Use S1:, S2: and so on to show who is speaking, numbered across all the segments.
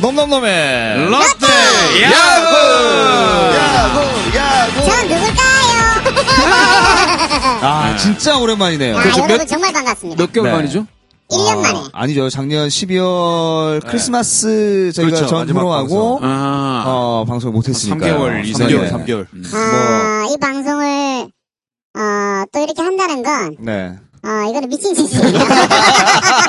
S1: 넘넘넘의
S2: 롯데 야구!
S3: 야구, 야구.
S4: 전 누굴까요?
S1: 아 진짜 오랜만이네요.
S4: 아,
S1: 그래서
S4: 여러분
S1: 몇-
S4: 정말 반갑습니다.
S3: 몇 개월
S1: 네.
S3: 만이죠?
S4: 1년 만에.
S1: 아니죠. 뭐. 작년 12월 크리스마스 저희가
S5: 네. 그렇죠, 마지막
S1: 전후로하고
S5: 방송.
S2: 아,
S1: 어, 방송을 못했으니까
S2: 3개월 이상.
S5: 3개월,
S2: 네.
S5: 3개월.
S4: 아, 이 방송을, 어, 또 이렇게 한다는 건,
S1: 네.
S4: 어, 이거는 미친 짓이에요.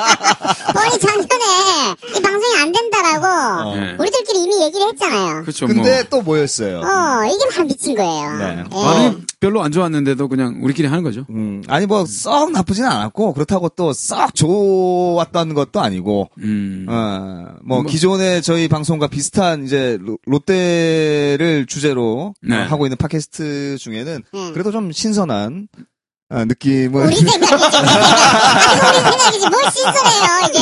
S4: 우리 작년에 이 방송이 안 된다라고,
S1: 어.
S2: 네.
S4: 우리들끼리 이미 얘기를 했잖아요.
S2: 그렇죠.
S1: 근데
S2: 뭐.
S1: 또 뭐였어요?
S4: 어, 이게 다 미친 거예요.
S1: 그렇죠. 네.
S4: 예.
S2: 반응이 별로 안 좋았는데도 그냥 우리끼리 하는 거죠.
S1: 음, 아니 뭐 썩 나쁘진 않았고 그렇다고 또 썩 좋았던 것도 아니고
S2: 음.
S1: 어, 뭐 기존에 저희 방송과 비슷한 이제 로- 롯데를 주제로
S2: 네.
S1: 어, 하고 있는 팟캐스트 중에는
S4: 음.
S1: 그래도 좀 신선한 어, 느낌을
S4: 우리 생각이지. 우리 생각이지. 뭘 신선해요, 이게.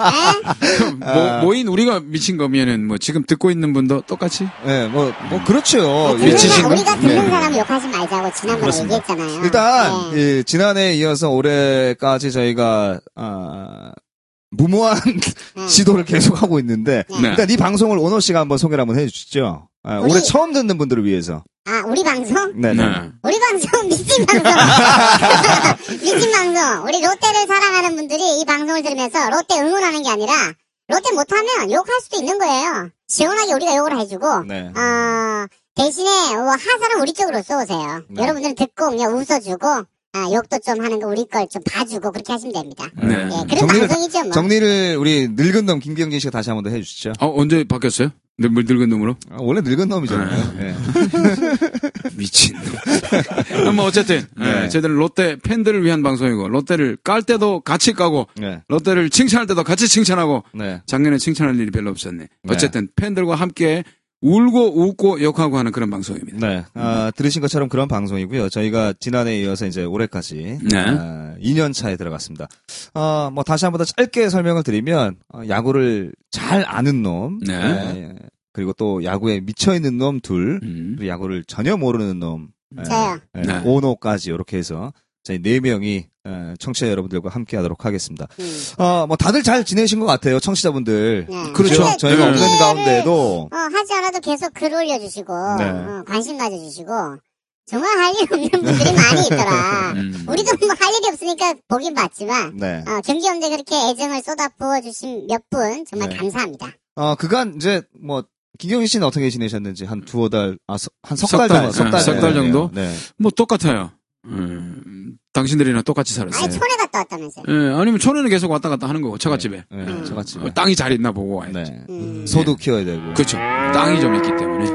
S1: 어,
S4: 예?
S2: 뭐, 모인 우리가 미친 거면은 뭐 지금 듣고 있는 분도 똑같이
S1: 예, 뭐, 뭐 그렇죠.
S4: 듣는
S2: 미치신
S4: 사-
S2: 거?
S4: 예? 우리가 듣는
S1: 네.
S4: 사람 욕하지 말자고 지난번에 얘기했잖아요.
S1: 일단
S4: 예.
S1: 예, 지난해에 이어서 올해까지 저희가 아, 무모한
S4: 음.
S1: 시도를 계속 하고 있는데
S2: 네.
S1: 일단 이 방송을 오너 씨가 한번 소개를 한번 해주시죠. 아,
S4: 우리-
S1: 올해 처음 듣는 분들을 위해서.
S4: 아, 우리 방송?
S1: 네. 네.
S2: 네.
S4: 우리 방송 미친 방송 미친 방송 우리 롯데를 사랑하는 분들이 이 방송을 들으면서 롯데 응원하는 게 아니라 롯데 못하면 욕할 수도 있는 거예요 시원하게 우리가 욕을 해주고
S1: 네.
S4: 어, 대신에 뭐 하사를 우리 쪽으로 쏘세요
S1: 네.
S4: 여러분들은 듣고 그냥 웃어주고 아, 욕도 좀 하는 거 우리 걸 좀 봐주고 그렇게 하시면 됩니다
S2: 네.
S4: 예, 그런
S1: 정리를-
S4: 방송이죠 뭐
S1: 정리를 우리 늙은 놈 김경진 씨가 다시 한 번 더 해주시죠.
S2: 어, 언제 바뀌었어요? 늘 물들근 놈으로?
S1: 아, 원래 늙은 놈이잖아요. 네.
S2: 미친 놈. 뭐 어쨌든
S1: 네.
S2: 예, 저희들은 롯데 팬들을 위한 방송이고 롯데를 깔 때도 같이 까고
S1: 네.
S2: 롯데를 칭찬할 때도 같이 칭찬하고
S1: 네.
S2: 작년에 칭찬할 일이 별로 없었네. 어쨌든 팬들과 함께 울고 웃고 욕하고 하는 그런 방송입니다.
S1: 네. 아, 들으신 것처럼 그런 방송이고요. 저희가 지난해에 이어서 이제 올해까지
S2: 네.
S1: 아, 2년 차에 들어갔습니다. 아, 뭐 다시 한 번 더 짧게 설명을 드리면 어, 야구를 잘 아는 놈,
S2: 네.
S1: 예, 그리고 또 야구에 미쳐 있는 놈 둘,
S2: 음.
S1: 그리고 야구를 전혀 모르는 놈, 예,
S4: 저요.
S1: 예,
S2: 네.
S1: 오노까지 이렇게 해서 저희 네 명이 예, 청취자 여러분들과 함께하도록 하겠습니다.
S4: 음.
S1: 아, 뭐 다들 잘 지내신 것 같아요, 청취자분들.
S4: 네.
S2: 그렇죠.
S1: 지금 저희가
S2: 네.
S1: 없는 가운데도
S4: 어, 하지 않아도 계속 글 올려주시고
S1: 네.
S4: 어, 관심 가져주시고 정말 할 일 없는 분들이 많이 있더라
S2: 음.
S4: 우리도 뭐 할 일이 없으니까 보긴 봤지만
S1: 네.
S4: 어, 경기 없는데 그렇게 애정을 쏟아 부어주신 몇 분 정말
S1: 네.
S4: 감사합니다.
S1: 어, 그간 이제 뭐 김경희 씨는 어떻게 지내셨는지 한 두어 달, 아, 한 석
S2: 석
S1: 달
S2: 달,
S1: 정도, 석
S2: 예,
S1: 달,
S2: 석달 정도?
S1: 네.
S2: 뭐 똑같아요. 음, 당신들이랑 똑같이 살았어요.
S4: 아니 촌에 갔다 왔다면서요.
S2: 예, 아니면 촌에는 계속 왔다 갔다 하는 거고 처갓집에
S1: 네, 네, 저같이.
S2: 어, 땅이 잘 있나 보고 와야지.
S1: 네.
S4: 음.
S1: 소도 키워야 되고.
S2: 그렇죠. 땅이 좀 있기 때문에.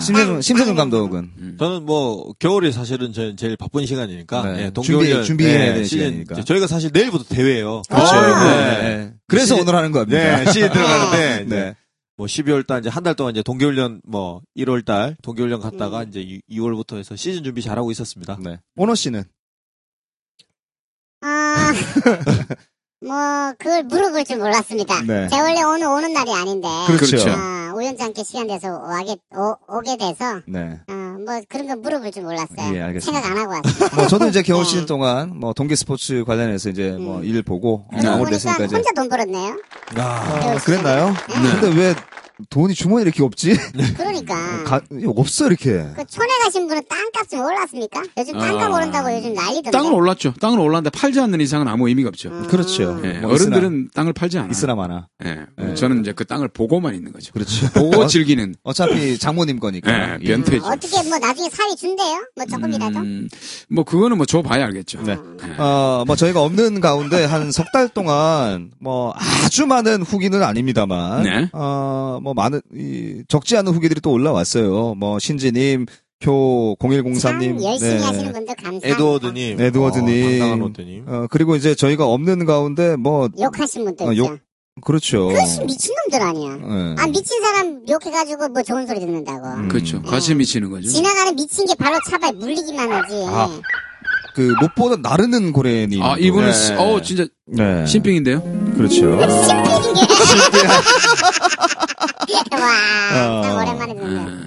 S1: 심세준, 심세준 감독은.
S5: 저는 뭐 겨울이 사실은 제, 제일 바쁜 시간이니까
S1: 네.
S5: 예,
S1: 준비-
S5: 동계훈련
S1: 준비해야
S5: 예,
S1: 되는
S5: 시즌-
S1: 시간이니까.
S5: 저희가 사실 내일부터 대회예요.
S4: 그렇죠.
S5: 아,
S1: 네.
S5: 네.
S1: 네. 그래서
S5: 시-
S1: 오늘 하는 겁니다.
S5: 네, 시즌 들어가는데 이제
S1: 네.
S5: 뭐 12월 달 이제 한 달 동안 이제 동계훈련 뭐 1월 달 동계훈련 갔다가
S4: 음.
S5: 이제 2월부터 해서 시즌 준비 잘하고 있었습니다.
S1: 네. 오너 씨는?
S4: 아, 뭐 그걸 물어볼 줄 몰랐습니다.
S1: 네.
S4: 제가 원래 오늘 오는 날이 아닌데
S1: 그렇죠.
S2: 그렇죠.
S4: 아, 우연찮게 시간 돼서 와게, 오, 게 돼서
S1: 네.
S4: 어, 뭐 그런 거 물어볼 줄 몰랐어요.
S1: 예, 알겠습니다.
S4: 생각 안 하고 왔어요.
S1: 뭐 저도 이제 겨울
S4: 네.
S1: 시즌 동안 뭐 동계 스포츠 관련해서 이제 뭐
S4: 음.
S1: 일 보고 어,
S4: 그러고
S1: 마무리
S4: 보니까
S1: 됐으니까 이제.
S4: 혼자 돈 벌었네요. 음.
S1: 아, 그랬나요?
S4: 네.
S1: 근데 왜 돈이 주머니 이렇게 없지?
S2: 음.
S4: 그러니까
S1: 음, 가, 없어, 이렇게.
S4: 그 촌에 가신 분은 땅값이 올랐습니까? 요즘 땅값
S2: 아.
S4: 오른다고 요즘 난리던데.
S2: 땅은 올랐죠. 땅은 올랐는데 팔지 않는 이상은 아무 의미가 없죠.
S4: 음.
S1: 그렇죠.
S2: 예,
S1: 뭐
S2: 어른들은 땅을 팔지 않아요.
S1: 있으나, 있으나 마나.
S2: 예,
S1: 예.
S2: 저는 이제 그 땅을 보고만 있는 거죠.
S1: 그렇죠.
S2: 보고 즐기는.
S1: 어차피 장모님 거니까.
S2: 예, 변태죠.
S4: 어떻게 뭐 나중에 사위 준대요? 뭐 조금이라도?
S2: 음, 뭐 그거는 뭐 줘봐야 알겠죠.
S1: 네. 어, 뭐 저희가 없는 가운데 한 석 달 동안 뭐 아주 많은 후기는 아닙니다만,
S2: 네.
S1: 어, 뭐 많은 이, 적지 않은 후기들이 또 올라왔어요. 뭐 신지님, 표
S4: 참
S1: 0103님, 네.
S4: 열심히 하시는 분들 감사합니다.
S5: 에드워드님,
S1: 에드워드님.
S5: 어, 당당한 롯데님.
S4: 음.
S1: 어, 그리고 이제 저희가 없는 가운데 뭐
S4: 욕하신 분들
S1: 어,
S4: 있죠.
S1: 욕- 그렇죠.
S4: 그것이 미친놈들 아니야.
S1: 예.
S4: 아 미친 사람 욕해가지고 뭐 좋은 소리 듣는다고.
S1: 음,
S2: 그렇죠. 가슴 미치는 거죠.
S4: 음. 지나가는 미친 게 발로 차발 물리기만 하지.
S1: 아. 그 못 보던 나르는 고래님.
S2: 아, 이분은,
S1: 네.
S2: 쓰- 어우, 진짜,
S1: 네.
S2: 신빙인데요?
S1: 그렇죠.
S4: 신비인 게.
S1: 어.
S4: 와, 참 오랜만에 듣네.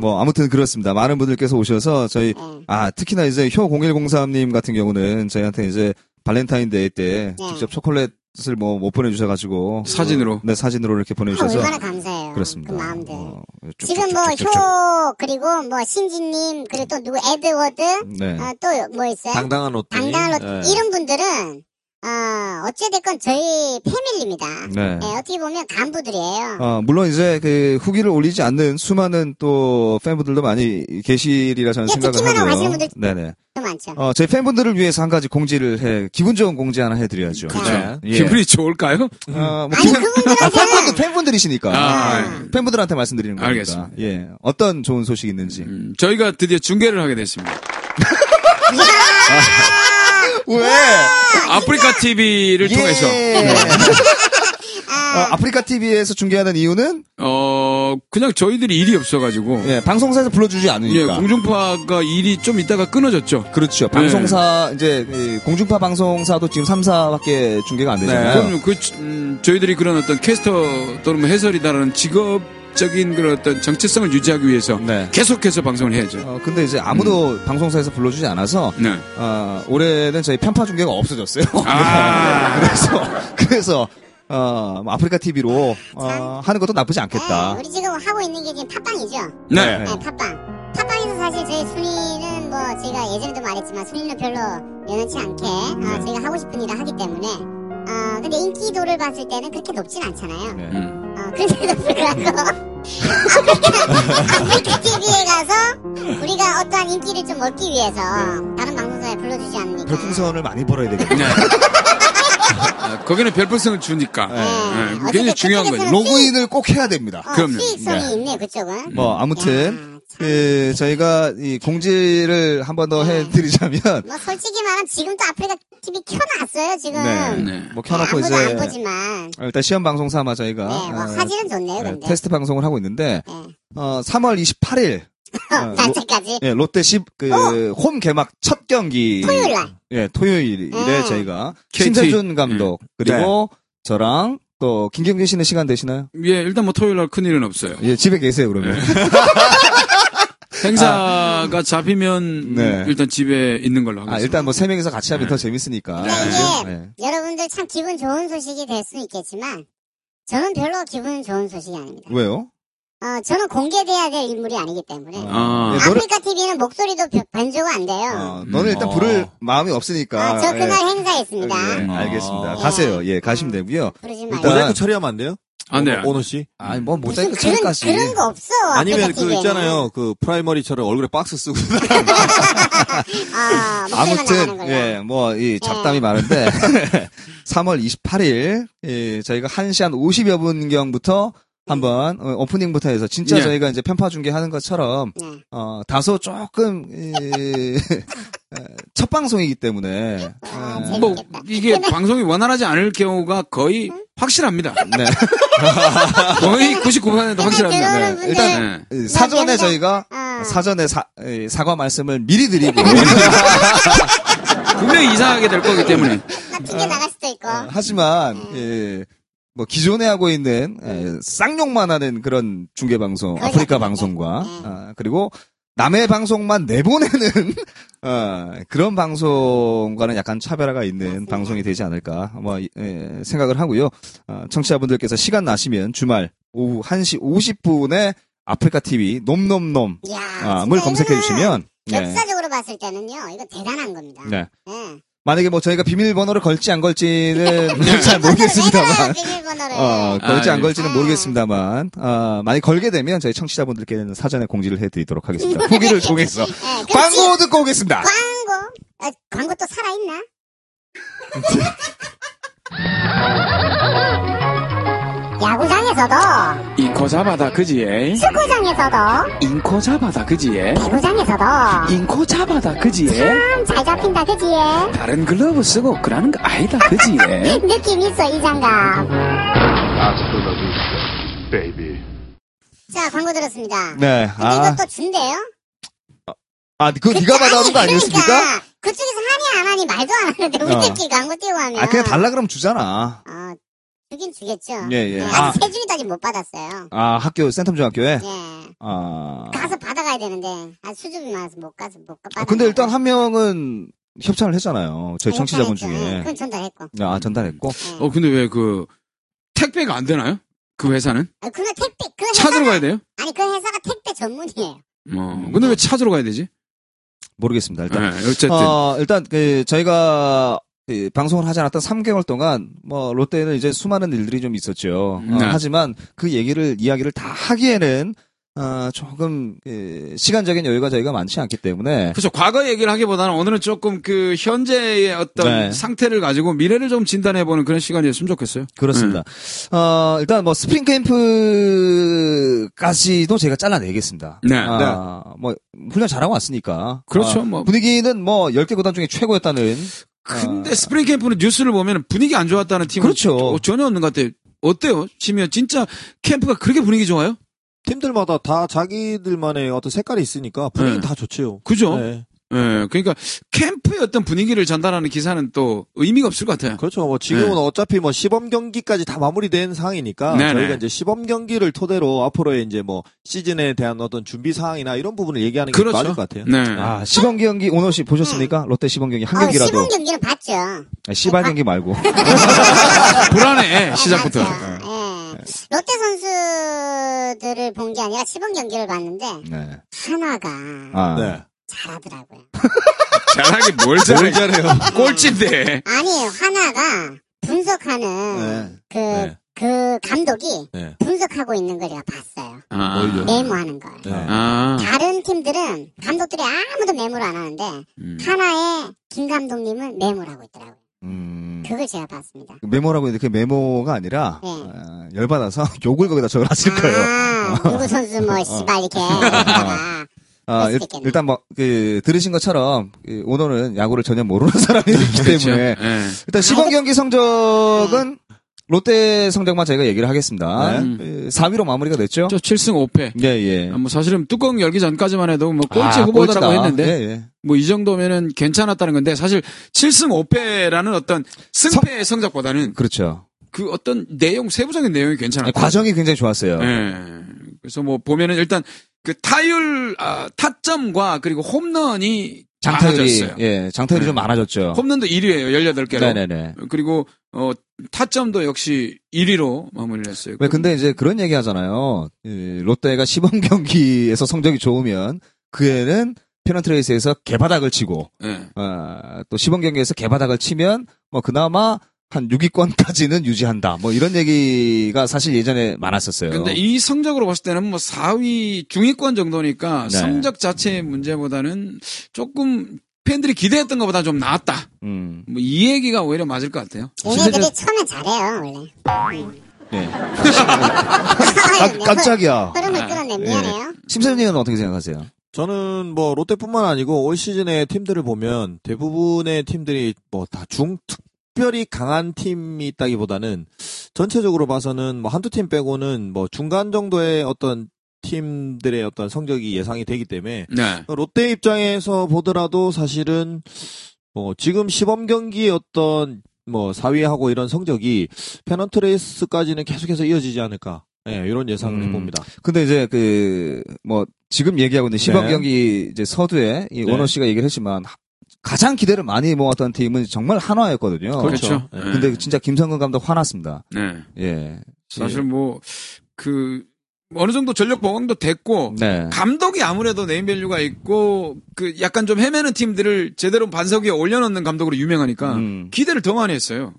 S1: 뭐 아무튼 그렇습니다. 많은 분들께서 오셔서 저희
S4: 네.
S1: 아 특히나 이제 효 0103님 같은 경우는 저희한테 이제 발렌타인데이 때
S4: 네.
S1: 직접 초콜릿 팟을 뭐 못 보내주셔가지고
S2: 사진으로.
S1: 네 사진으로 이렇게
S4: 아,
S1: 보내주셔서
S4: 음. 얼마나 감사해요.
S1: 그렇습니다.
S4: 그 마음들.
S1: 어, 쭉,
S4: 지금
S1: 쭉,
S4: 뭐
S1: 쭉, 쭉, 쭉.
S4: 효 그리고 뭐 신지님 그리고 또 누구 에드워드
S1: 네.
S4: 또 뭐 있어요?
S5: 당당한 네. 옷.
S4: 당당한 이런 분들은 어, 어찌됐건 저희 패밀리입니다.
S1: 네.
S4: 예, 어떻게 보면 간부들이에요.
S1: 어, 물론 이제 그 후기를 올리지 않는 수많은 또 팬분들도 많이 계시리라 저는
S4: 예,
S1: 생각을
S4: 듣기만 하고
S1: 하고요.
S4: 하시는 분들-
S1: 네네.
S4: 좀 많죠.
S1: 어, 제 팬분들을 위해서 한 가지 공지를 해 기분 좋은 공지 하나 해드려야죠.
S4: 그쵸.
S5: 네.
S1: 예.
S2: 기분이 좋을까요?
S1: 어, 뭐
S4: 아니
S1: 팬- 팬분들
S4: 그분들한테는
S1: 팬분들이시니까 네.
S2: 아,
S4: 예.
S1: 팬분들한테 말씀드리는 거니까.
S2: 알겠습니다.
S1: 예, 어떤 좋은 소식이 있는지.
S2: 음, 저희가 드디어 중계를 하게 됐습니다.
S1: 왜?
S2: 아프리카 TV를 통해서
S1: 예. 어, 아프리카 TV에서 중계하는 이유는
S2: 어 그냥 저희들이 일이 없어가지고
S1: 예, 그러니까. 방송사에서 불러주지
S2: 예,
S1: 않으니까.
S2: 공중파가 일이 좀 있다가 끊어졌죠.
S1: 그렇죠. 방송사
S2: 예.
S1: 이제 이 공중파 방송사도 지금 3사밖에 중계가 안 되잖아요.
S2: 그럼 그 음, 저희들이 그런 어떤 캐스터 또는 뭐 해설이다라는 직업적인 그런 어떤 정체성을 유지하기 위해서
S1: 네.
S2: 계속해서 방송을 해야죠.
S1: 어, 근데 이제 아무도
S2: 음.
S1: 방송사에서 불러주지 않아서
S2: 네.
S1: 어, 올해는 저희 편파 중계가 없어졌어요. 네.
S2: 아.
S1: 그래서 그래서 어, 뭐 아프리카 TV로 어, 하는 것도 나쁘지
S4: 예,
S1: 않겠다.
S4: 우리 지금 하고 있는 게 지금 팟빵이죠.
S2: 네.
S1: 네.
S4: 네, 팟빵. 팟빵에서 사실 저희 순위는 뭐 제가 예전에도 말했지만 순위는 별로 연연치 않게
S1: 네.
S4: 어, 저희가 하고 싶은 일을 하기 때문에 어, 근데 인기도를 봤을 때는 그렇게 높진 않잖아요.
S1: 네.
S2: 음.
S4: 어, 그런데도 불구하고 아프리카, 아프리카 TV에 가서 우리가 어떠한 인기를 좀 얻기 위해서 다른 방송사에 불러주지
S1: 네.
S4: 않으니까
S1: 별풍선을 많이 벌어야 되겠다.
S2: 네. 아, 거기는 별풍선을 주니까
S1: 네.
S2: 네,
S4: 어쨌든
S2: 굉장히 중요한 거죠.
S4: 그쪽에서는
S1: 로그인을 꼭 해야 됩니다.
S4: 수익- 어,
S2: 그럼요.
S4: 수익성이
S1: 네.
S4: 있네 그쪽은
S1: 뭐 아무튼
S4: 야, 참.
S1: 그 저희가 이 공지를 한 번 더
S4: 네.
S1: 해드리자면
S4: 뭐 솔직히 말하면 지금도 아프리카 TV 켜놨어요 지금
S1: 네.
S2: 네.
S1: 뭐 켜놓고
S4: 아무도
S1: 이제
S4: 안 보지만
S1: 일단 시험 방송 삼아 저희가
S4: 네, 뭐
S1: 어,
S4: 화질은 좋네요
S1: 네,
S4: 근데
S1: 테스트 방송을 하고 있는데
S4: 네.
S1: 어, 3월 28일
S4: 어,
S1: 로-
S4: 단체까지
S1: 예, 롯데 10, 그, 홈 개막 첫 경기.
S4: 토요일날
S1: 예, 토요일에
S4: 음.
S1: 저희가.
S2: KT.
S1: 신세준 감독, 그리고 저랑 또 김경진 씨는 시간 되시나요?
S2: 예, 일단 뭐 토요일 날 큰일은 없어요.
S1: 예, 집에 계세요, 그러면.
S2: 행사가 잡히면
S1: 아. 네.
S2: 일단 집에 있는 걸로
S1: 아,
S2: 하겠습니다.
S1: 일단 뭐 세 명이서 같이 하면 더 재밌으니까.
S4: 그러니까 이게
S1: 예.
S4: 여러분들 참 기분 좋은 소식이 될 수 있겠지만 저는 별로 기분 좋은 소식이 아닙니다
S1: 왜요?
S4: 어, 저는 공개돼야 될 인물이 아니기 때문에
S2: 아.
S1: 예, 너를,
S4: 아프리카 TV는 목소리도 변- 변조가 안 돼요
S1: 어, 너는 일단
S5: 음.
S1: 부를
S5: 어.
S1: 마음이 없으니까.
S4: 아, 저 그날 행사에
S1: 예.
S4: 있습니다
S1: 예, 알겠습니다.
S5: 아.
S1: 가세요. 예, 가시면 되고요.
S4: 부르지
S1: 일단-
S4: 말고
S5: 뭐 모자이크 처리하면 안 돼요?
S2: 아, 네.
S5: 오너 씨?
S1: 아니, 뭐,
S4: 무슨
S1: 모자이크
S4: 그런,
S1: 처리까지.
S4: 그런 거 없어
S5: 아니면
S4: 아프리카 TV
S5: 그
S4: 에는.
S5: 있잖아요. 그 프라이머리처럼 얼굴에 박스 쓰고.
S4: 아, 목소리만 나가는
S1: 아무튼
S4: 걸로.
S1: 예, 뭐 이 잡담이 많은데 3월 28일 예, 저희가 1시 한 50여 분경부터 한번 어, 오프닝부터 해서 진짜
S2: 예.
S1: 저희가 이제 편파 중계하는 것처럼
S4: 네.
S1: 어, 다소 조금 이, 어, 첫 방송이기 때문에
S4: 아,
S1: 예,
S2: 뭐
S4: 재밌겠다.
S2: 이게 방송이 원활하지 않을 경우가 거의 확실합니다.
S1: 네.
S2: 거의 99%도 확실합니다.
S4: 들어오는
S1: 네.
S4: 분들
S1: 일단-
S2: 네.
S1: 이 사전에
S4: 미안합니다.
S1: 저희가
S4: 아.
S1: 사전에 사, 이 사과 말씀을 미리 드리고
S2: 분명히 이상하게 될 거기 때문에
S4: 막 튕겨 나갈 수도 있고.
S1: 어, 하지만
S4: 음.
S1: 예, 뭐 기존에 하고 있는 예, 쌍욕만 하는 그런 중계 방송
S4: 그렇죠.
S1: 아프리카 방송과
S4: 음.
S1: 아, 그리고 남의 방송만 내보내는 어, 그런 방송과는 약간 차별화가 있는
S4: 맞습니다.
S1: 방송이 되지 않을까 뭐 예, 생각을 하고요. 어, 청취자분들께서 시간 나시면 주말 오후 1시 50분에 아프리카 TV 놈놈놈을
S4: 이야, 아, 진짜
S1: 아, 검색해
S4: 이거는
S1: 주시면 예,
S4: 역사적으로 봤을 때는요, 이거 대단한 겁니다.
S1: 네.
S4: 예.
S1: 만약에 뭐 저희가 비밀번호를 걸지 안 걸지는 잘 모르겠습니다만
S4: 비밀번호를 비밀번호를.
S1: 어, 걸지
S2: 아,
S1: 안
S2: 예.
S1: 걸지는
S4: 아.
S1: 모르겠습니다만, 아, 많이 걸게 되면 저희 청취자분들께는 사전에 공지를 해드리도록 하겠습니다. 후기를 통해서.
S4: 예, 그럼 지금
S1: 광고 듣고 오겠습니다.
S4: 광고. 아, 광고 또 살아있나? 야구장에서도,
S2: 인코 잡아다 그지에
S4: 축구장에서도,
S2: 인코 잡아다 그지에
S4: 배구장에서도,
S2: 인코 잡아다 그지에
S4: 참 잘 잡힌다, 그지에?
S2: 다른 글러브 쓰고 그러는 거 아니다 그지에
S4: 느낌 있어 이 장갑.
S3: Hasta la vista, baby.
S4: 자 광고 들었습니다. 근데
S1: 네. 아,
S4: 이것도 준대요?
S1: 아, 그거 네가 받아오는 거 아니었습니까? 어.
S4: 그러니까 그쪽에서 하니 안 하니 말도 안 하는데 우리끼리 광고 띄고 하면.
S1: 아, 그냥 달라 그러면 주잖아.
S4: 어, 주긴 주겠죠.
S1: 예, 예.
S4: 아,
S1: 아.
S4: 세준이도 아직 못 받았어요.
S1: 아, 학교, 센텀 중학교에?
S4: 예.
S1: 아.
S4: 가서 받아가야 되는데 아, 수줍이 많아서 못 가서 못 가.
S1: 아, 근데 일단 한 명은 협찬을 했잖아요. 네. 저희 청취자분 중에.
S4: 그건 전달했고.
S1: 아, 전달했고.
S2: 어, 근데 왜 그 택배가 안 되나요? 그 회사는?
S4: 아, 그건 택배, 그 회사,
S2: 찾으러 가야 돼요?
S4: 아니, 그 회사가 택배 전문이에요.
S2: 어, 근데 왜 찾으러 가야 되지?
S1: 모르겠습니다. 일단.
S2: 네, 어쨌든.
S1: 어, 일단 그 저희가 그 방송을 하지 않았던 3개월 동안 뭐 롯데는 이제 수많은 일들이 좀 있었죠. 어,
S2: 네.
S1: 하지만 그 얘기를 이야기를 다 하기에는 어, 조금 그 시간적인 여유가 저희가 많지 않기 때문에
S2: 그렇죠. 과거 얘기를 하기보다는 오늘은 조금 그 현재의 어떤
S1: 네.
S2: 상태를 가지고 미래를 좀 진단해보는 그런 시간이었으면 좋겠어요.
S1: 그렇습니다.
S2: 네.
S1: 어, 일단 뭐 스프링 캠프까지도 제가 잘라내겠습니다.
S2: 네.
S1: 아, 뭐 훈련 잘하고 왔으니까.
S2: 그렇죠.
S1: 아,
S2: 뭐.
S1: 분위기는 뭐 10개 구단 중에 최고였다는
S2: 근데 스프링 캠프는 뉴스를 보면 분위기 안 좋았다는 팀은
S1: 그렇죠.
S2: 어, 전혀 없는 것 같아요. 어때요? 심이야 진짜 캠프가 그렇게 분위기 좋아요?
S5: 팀들마다 다 자기들만의 어떤 색깔이 있으니까 분위기
S2: 네.
S5: 다 좋지요.
S2: 그죠?
S5: 네.
S2: 예, 그러니까 캠프의 어떤 분위기를 전달하는 기사는 또 의미가 없을 것 같아요.
S5: 그렇죠. 뭐 지금은
S2: 네.
S5: 어차피 뭐 시범 경기까지 다 마무리된 상황이니까
S2: 네네.
S5: 저희가 이제 시범 경기를 토대로 앞으로의 이제 뭐 시즌에 대한 어떤 준비 사항이나 이런 부분을 얘기하는 게
S2: 그렇죠.
S5: 맞을 그러니까 것 같아요.
S2: 네.
S1: 아, 시범 경기 오너 씨 보셨습니까? 롯데 시범 경기 한
S4: 어,
S1: 경기라도
S4: 시범 경기는 봤죠.
S1: 아, 씨발
S4: 어,
S1: 경기 말고.
S2: 불안해 예,
S1: 아,
S2: 시작부터.
S4: 봤죠.
S1: 네.
S4: 예. 롯데 선수들을 본 게 아니라 시범 경기를 봤는데
S1: 네.
S4: 하나가
S1: 아.
S5: 네.
S4: 잘하더라고요.
S2: 아. 잘하긴 뭘 잘해? 꼴찌인데.
S4: 아니에요. 하나가 분석하는
S5: 네.
S4: 그,
S5: 네.
S4: 그 감독이
S5: 네.
S4: 분석하고 있는 걸 제가 봤어요.
S2: 아,
S5: 오히려.
S4: 메모하는 걸.
S5: 네.
S2: 아.
S4: 다른 팀들은 감독들이 아무도 메모를 안 하는데
S2: 음.
S4: 하나의 김 감독님은 메모를 하고 있더라고요.
S1: 음.
S4: 그걸 제가 봤습니다.
S1: 메모라고 했는데 그 메모가 아니라
S4: 네.
S1: 어, 열받아서 욕을 거기다 적을 했을 거예요.
S4: 아, 누구 선수 뭐 씨발 이렇게 하다가
S1: 아, 일,
S4: 그랬겠네.
S1: 단 뭐, 그, 들으신 것처럼, 그, 오너는 야구를 전혀 모르는 사람이기
S2: 그렇죠.
S1: 때문에.
S2: 예.
S1: 일단 시범 경기 성적은 롯데 성적만 저희가 얘기를 하겠습니다.
S2: 네.
S1: 4위로 마무리가 됐죠?
S2: 저 7승 5패.
S1: 예, 예.
S2: 아, 뭐 사실은 뚜껑 열기 전까지만 해도 뭐 꼴찌
S1: 아,
S2: 후보다라고
S1: 꼴찌다.
S2: 했는데
S1: 예, 예.
S2: 뭐 이 정도면은 괜찮았다는 건데 사실 7승 5패라는 어떤 승패의 성적보다는
S1: 그렇죠.
S2: 그 어떤 내용 세부적인 내용이 괜찮았다.
S1: 아니, 과정이 굉장히 좋았어요.
S2: 예. 그래서 뭐 보면은 일단 그 타율 아, 타점과 그리고 홈런이
S1: 장타율이,
S2: 많아졌어요.
S1: 예, 장타율이
S2: 네.
S1: 좀 많아졌죠.
S2: 홈런도 1위예요. 18개로.
S1: 네네네.
S2: 그리고 어 타점도 역시 1위로 마무리를 했어요.
S1: 왜 근데 이제 그런 얘기 하잖아요. 이 롯데가 시범 경기에서 성적이 좋으면 그 애는 페넌트레이스에서 개바닥을 치고
S2: 예.
S1: 어, 또 시범 경기에서 개바닥을 치면 뭐 그나마 한 6위권까지는 유지한다. 뭐 이런 얘기가 사실 예전에 많았었어요.
S2: 근데 이 성적으로 봤을 때는 뭐 4위 중위권 정도니까
S1: 네.
S2: 성적 자체의 문제보다는 조금 팬들이 기대했던 것보다 좀 나았다.
S1: 음,
S2: 뭐 이 얘기가 오히려 맞을 것 같아요.
S4: 얘네들이 처음엔 잘해요 원래.
S1: 네.
S4: 깜,
S1: 깜짝이야.
S4: 흐름을 끌어내 미안해요.
S1: 심사위원은 어떻게 생각하세요?
S5: 저는 뭐 롯데뿐만 아니고 올 시즌의 팀들을 보면 대부분의 팀들이 뭐 다 중 특별히 강한 팀이 있다기보다는 전체적으로 봐서는 뭐 한두 팀 빼고는 뭐 중간 정도의 어떤 팀들의 어떤 성적이 예상이 되기 때문에
S2: 네.
S5: 롯데 입장에서 보더라도 사실은 뭐 지금 시범 경기의 어떤 뭐 4위하고 이런 성적이 페넌트레이스까지는 계속해서 이어지지 않을까. 예, 이런 예상을
S1: 음.
S5: 해봅니다.
S1: 근데 이제 그 뭐 지금 얘기하고 있는 시범
S5: 네.
S1: 경기 이제 서두에 이
S5: 네.
S1: 원호 씨가 얘기를 했지만 가장 기대를 많이 모았던 팀은 정말 한화였거든요.
S2: 그렇죠.
S5: 그렇죠.
S2: 예.
S1: 근데 진짜 김성근 감독 화났습니다.
S2: 네.
S1: 예.
S2: 사실 뭐 그 어느 정도 전력 보강도 됐고
S1: 네.
S2: 감독이 아무래도 네임밸류가 있고 그 약간 좀 헤매는 팀들을 제대로 반석 위에 올려놓는 감독으로 유명하니까
S1: 음.
S2: 기대를 더 많이 했어요.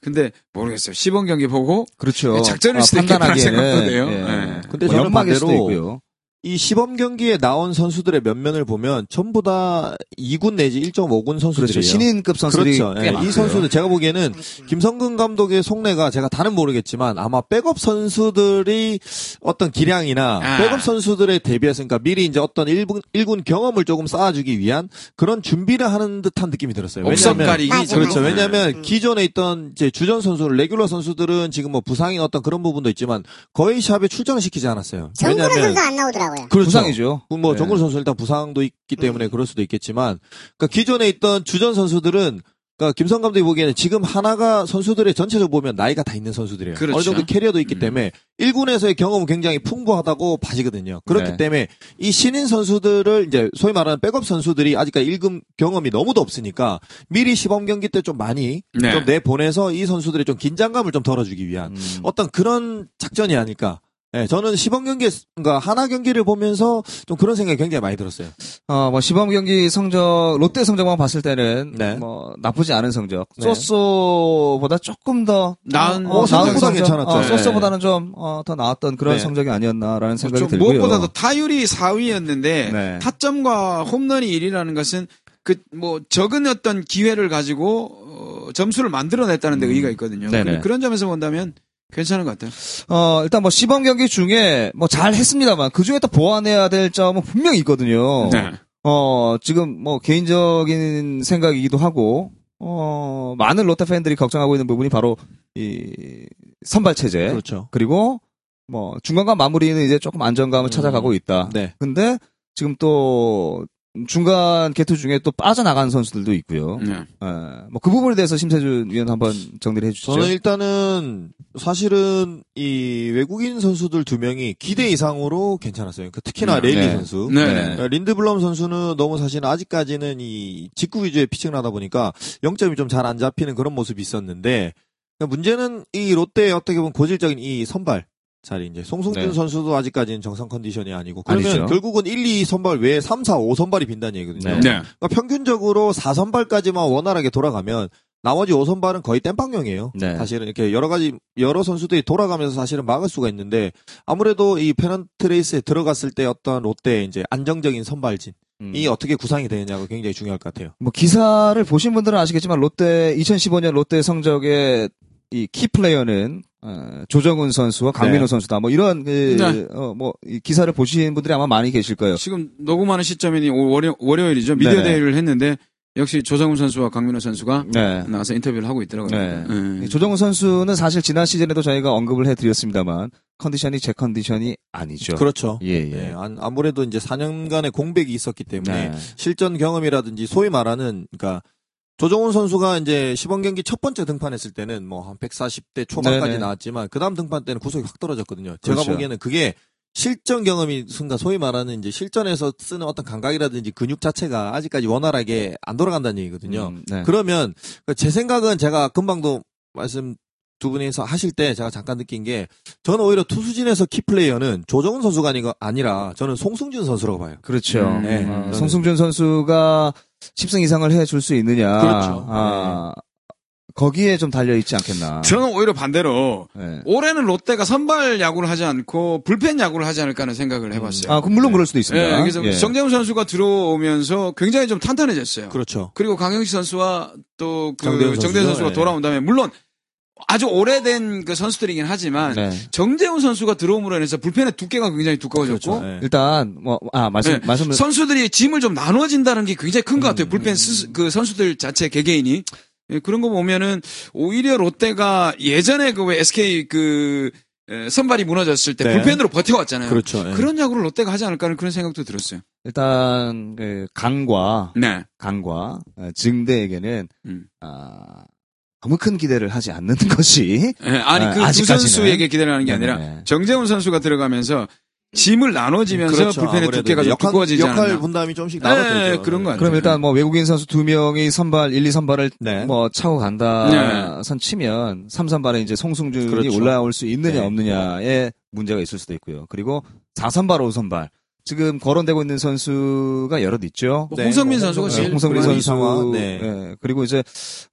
S2: 근데 모르겠어요. 시범 경기 보고
S1: 그렇죠.
S2: 작전일 수도 있겠다는 생각도 돼요. 예.
S5: 근데
S1: 뭐
S5: 저는
S1: 연막일 수도
S5: 반대로
S1: 있고요.
S5: 이 시범 경기에 나온 선수들의 면면을 보면 전부 다 2군 내지 1.5군 선수들이에요.
S1: 그렇죠. 신인급 선수들이
S5: 그렇죠.
S1: 꽤
S5: 예,
S1: 많고요.
S5: 이 선수들 제가 보기에는 김성근 감독의 속내가 제가 다는 모르겠지만 아마 백업 선수들이 어떤 기량이나
S2: 아.
S5: 백업 선수들에 대비해서 그러니까 미리 이제 어떤 1군, 1군 경험을 조금 쌓아주기 위한 그런 준비를 하는 듯한 느낌이
S1: 네,
S5: 들었어요.
S2: 옥석
S5: 왜냐하면
S2: 가리기
S4: 맞아요.
S5: 그렇죠.
S2: 정도.
S5: 왜냐하면
S4: 음.
S5: 기존에 있던 이제 주전 선수들, 레귤러 선수들은 지금 뭐 부상인 어떤 그런 부분도 있지만 거의 샵에 출전시키지 않았어요.
S4: 정구로 선수 안 나오더라고요.
S5: 그렇죠.
S1: 부상이죠.
S5: 뭐
S1: 네.
S2: 음.
S5: 정글 선수 일단 부상도 있기 때문에 그럴 수도 있겠지만 그러니까 기존에 있던 주전 선수들은 그러니까 김성 감독이 보기에는 지금 하나가 선수들의 전체적으로 보면 나이가 다 있는 선수들이에요.
S2: 그렇죠.
S5: 어느 정도 캐리어도 있기
S2: 음.
S5: 때문에 1군에서의 경험은 굉장히 풍부하다고 봐지거든요. 그렇기
S1: 네.
S5: 때문에 이 신인 선수들을 이제 소위 말하는 백업 선수들이 아직까지 1군 경험이 너무도 없으니까 미리 시범 경기 때 좀 많이
S2: 네.
S5: 좀 내보내서 이 선수들의 좀 긴장감을 좀 덜어주기 위한
S1: 음.
S5: 어떤 그런 작전이 아닐까. 예, 저는 시범 경기, 그러니까 하나 경기를 보면서 좀 그런 생각이 굉장히 많이 들었어요.
S1: 어, 뭐 시범 경기 성적 롯데 성적만 봤을 때는
S5: 네.
S1: 뭐 나쁘지 않은 성적.
S5: 네.
S1: 소쏘보다 조금 더
S2: 나은
S5: 어,
S1: 나은
S5: 생각보다
S1: 성적.
S5: 괜찮았죠.
S1: 어,
S2: 네.
S1: 소쏘보다는 좀 어, 더 나았던 그런
S5: 네.
S1: 성적이 아니었나라는 생각이
S2: 좀
S1: 들고요.
S2: 무엇보다도 타율이 4위였는데
S1: 네.
S2: 타점과 홈런이 1위라는 것은 그 뭐 적은 어떤 기회를 가지고 어, 점수를 만들어냈다는 데 의의가 있거든요.
S1: 음. 네네.
S2: 그런- 그런 점에서 본다면 괜찮은 것 같아요.
S1: 어, 일단 뭐 시범 경기 중에 뭐 잘 했습니다만 그 중에 또 보완해야 될 점은 분명히 있거든요.
S2: 네.
S5: 네.
S1: 어, 지금 뭐 개인적인 생각이기도 하고, 어, 많은 롯데 팬들이 걱정하고 있는 부분이 바로 이 선발 체제.
S5: 그렇죠.
S1: 그리고 뭐 중간과 마무리는 이제 조금 안정감을
S5: 음.
S1: 찾아가고 있다.
S5: 네.
S1: 근데 지금 또 중간 개투 중에 또 빠져나간 선수들도 있고요.
S5: 음.
S2: 네.
S1: 뭐 그 부분에 대해서 심세준 위원 한번 정리를 해주시죠.
S5: 저는 일단은 사실은 이 외국인 선수들 두 명이 기대 이상으로 괜찮았어요. 그 특히나
S2: 네.
S5: 레일리
S1: 네.
S5: 선수.
S2: 네.
S5: 그러니까 린드블럼 선수는 너무 사실 아직까지는 이 직구 위주의 피칭을 하다 보니까 영점이 좀 잘 안 잡히는 그런 모습이 있었는데 그러니까 문제는 이 롯데의 어떻게 보면 고질적인 이 선발 자리 이제 송승준
S1: 네.
S5: 선수도 아직까지는 정상 컨디션이 아니고 그러면
S1: 아니죠.
S5: 결국은 1, 2 선발 외에 3, 4, 5 선발이 빈다는 얘기거든요.
S1: 네.
S2: 네.
S5: 그러니까 평균적으로 4선발까지만 원활하게 돌아가면 나머지 5선발은 거의 땜빵용이에요.
S1: 네.
S5: 사실은 이렇게 여러 가지 여러 선수들이 돌아가면서 사실은 막을 수가 있는데 아무래도 이 페넌트 레이스에 들어갔을 때 어떤 롯데의 이제 안정적인 선발진이
S1: 음.
S5: 어떻게 구상이 되느냐가 굉장히 중요할 것 같아요.
S1: 뭐 기사를 보신 분들은 아시겠지만 롯데 2015년 롯데 성적의 이키 플레이어는 어, 조정훈 선수와 강민호
S5: 네.
S1: 선수다. 뭐 이런 그,
S2: 네.
S1: 어, 뭐이 기사를 보신 분들이 아마 많이 계실 거예요.
S2: 지금 녹음하는 시점이 오- 월요, 월요일이죠. 미디어
S1: 네네.
S2: 대회를 했는데 역시 조성훈 선수와 강민호 선수가
S1: 네.
S5: 음.
S2: 나와서 인터뷰를 하고 있더라고요.
S1: 네.
S2: 네.
S1: 조정훈 선수는 사실 지난 시즌에도 저희가 언급을 해드렸습니다만 컨디션이 제 컨디션이 아니죠.
S5: 그렇죠.
S1: 예, 예.
S5: 예, 안- 아무래도 이제 4년간의 공백이 있었기 때문에
S1: 네.
S5: 실전 경험이라든지 소위 말하는 그러니까 조정훈 선수가 이제 시범 경기 첫 번째 등판했을 때는 뭐 한 140대 초반까지
S1: 네네.
S5: 나왔지만 그다음 등판 때는 구속이 확 떨어졌거든요. 제가
S1: 그렇죠.
S5: 보기에는 그게 실전 경험이 순간 소위 말하는 이제 실전에서 쓰는 어떤 감각이라든지 근육 자체가 아직까지 원활하게 안 돌아간다는 얘기거든요.
S1: 음, 네.
S5: 그러면 제 생각은 제가 금방도 말씀 두 분이서 하실 때 제가 잠깐 느낀 게 저는 오히려 투수진에서 키플레이어는 조정훈 선수가 아니가 아니라 저는 송승준 선수라고 봐요.
S1: 그렇죠.
S2: 음, 네.
S1: 어,
S5: 저는-
S1: 송승준 선수가 10승 이상을 해줄 수 있느냐.
S5: 그렇죠.
S1: 아, 거기에 좀 달려 있지 않겠나.
S2: 저는 오히려 반대로
S1: 네.
S2: 올해는 롯데가 선발 야구를 하지 않고 불펜 야구를 하지 않을까 하는
S5: 음.
S2: 생각을 해봤어요.
S1: 아, 그럼 물론 그럴 수도 있습니다.
S2: 예, 그래서
S1: 예.
S2: 정재훈 선수가 들어오면서 굉장히 좀 탄탄해졌어요.
S5: 그렇죠.
S2: 그리고 강영식 선수와 또 그
S5: 정대훈
S2: 정대훈
S5: 선수죠.
S2: 선수가
S5: 예.
S2: 돌아온 다음에 물론 아주 오래된 그 선수들이긴 하지만
S1: 네.
S2: 정재훈 선수가 들어옴으로 인해서 불펜의 두께가 굉장히 두꺼워졌고
S5: 그렇죠. 예.
S1: 일단 뭐 아 말씀
S2: 네.
S1: 말씀
S2: 선수들이 짐을 좀 나눠진다는 게 굉장히 큰 것
S5: 음.
S2: 같아요. 불펜 스스- 그 선수들 자체 개개인이 예, 그런 거 보면은 오히려 롯데가 예전에 그 왜 SK 그 에, 선발이 무너졌을 때
S5: 네.
S2: 불펜으로 버텨왔잖아요.
S5: 그렇죠. 예.
S2: 런 야구를 롯데가 하지 않을까 하는 그런 생각도 들었어요.
S1: 일단 그 강과
S2: 네.
S1: 강과 어, 증대에게는
S2: 음.
S1: 아, 너무 큰 기대를 하지 않는 것이
S5: 네.
S2: 예, 아니
S1: 아,
S2: 그 두
S1: 아직까지는.
S2: 선수에게 기대하는 게 아니라
S1: 네네.
S2: 정재훈 선수가 들어가면서 짐을 나눠지면서 불펜의
S5: 그렇죠. 아무래도
S2: 두께가
S5: 이제
S2: 좀 두꺼워지지
S5: 역할
S2: 않나.
S5: 분담이 조금씩
S2: 예,
S5: 나눠져 있죠.
S2: 예, 그런 거 같아요.
S1: 그럼 일단 뭐 외국인 선수 두 명이 선발 1, 2 선발을
S5: 네.
S1: 뭐 차고 간다
S2: 네.
S1: 선 치면 3 선발에 이제 송승준이
S5: 그렇죠.
S1: 올라올 수 있느냐
S5: 네.
S1: 없느냐에 문제가 있을 수도 있고요. 그리고 4 선발 5 선발 지금 거론되고 있는 선수가 여럿 있죠.
S2: 뭐
S5: 네,
S2: 홍성민
S5: 뭐
S2: 선수가
S5: 홍성-
S1: 네,
S2: 제일
S1: 홍성민
S5: 불안이
S1: 선수,
S5: 상황, 네.
S1: 예, 그리고 이제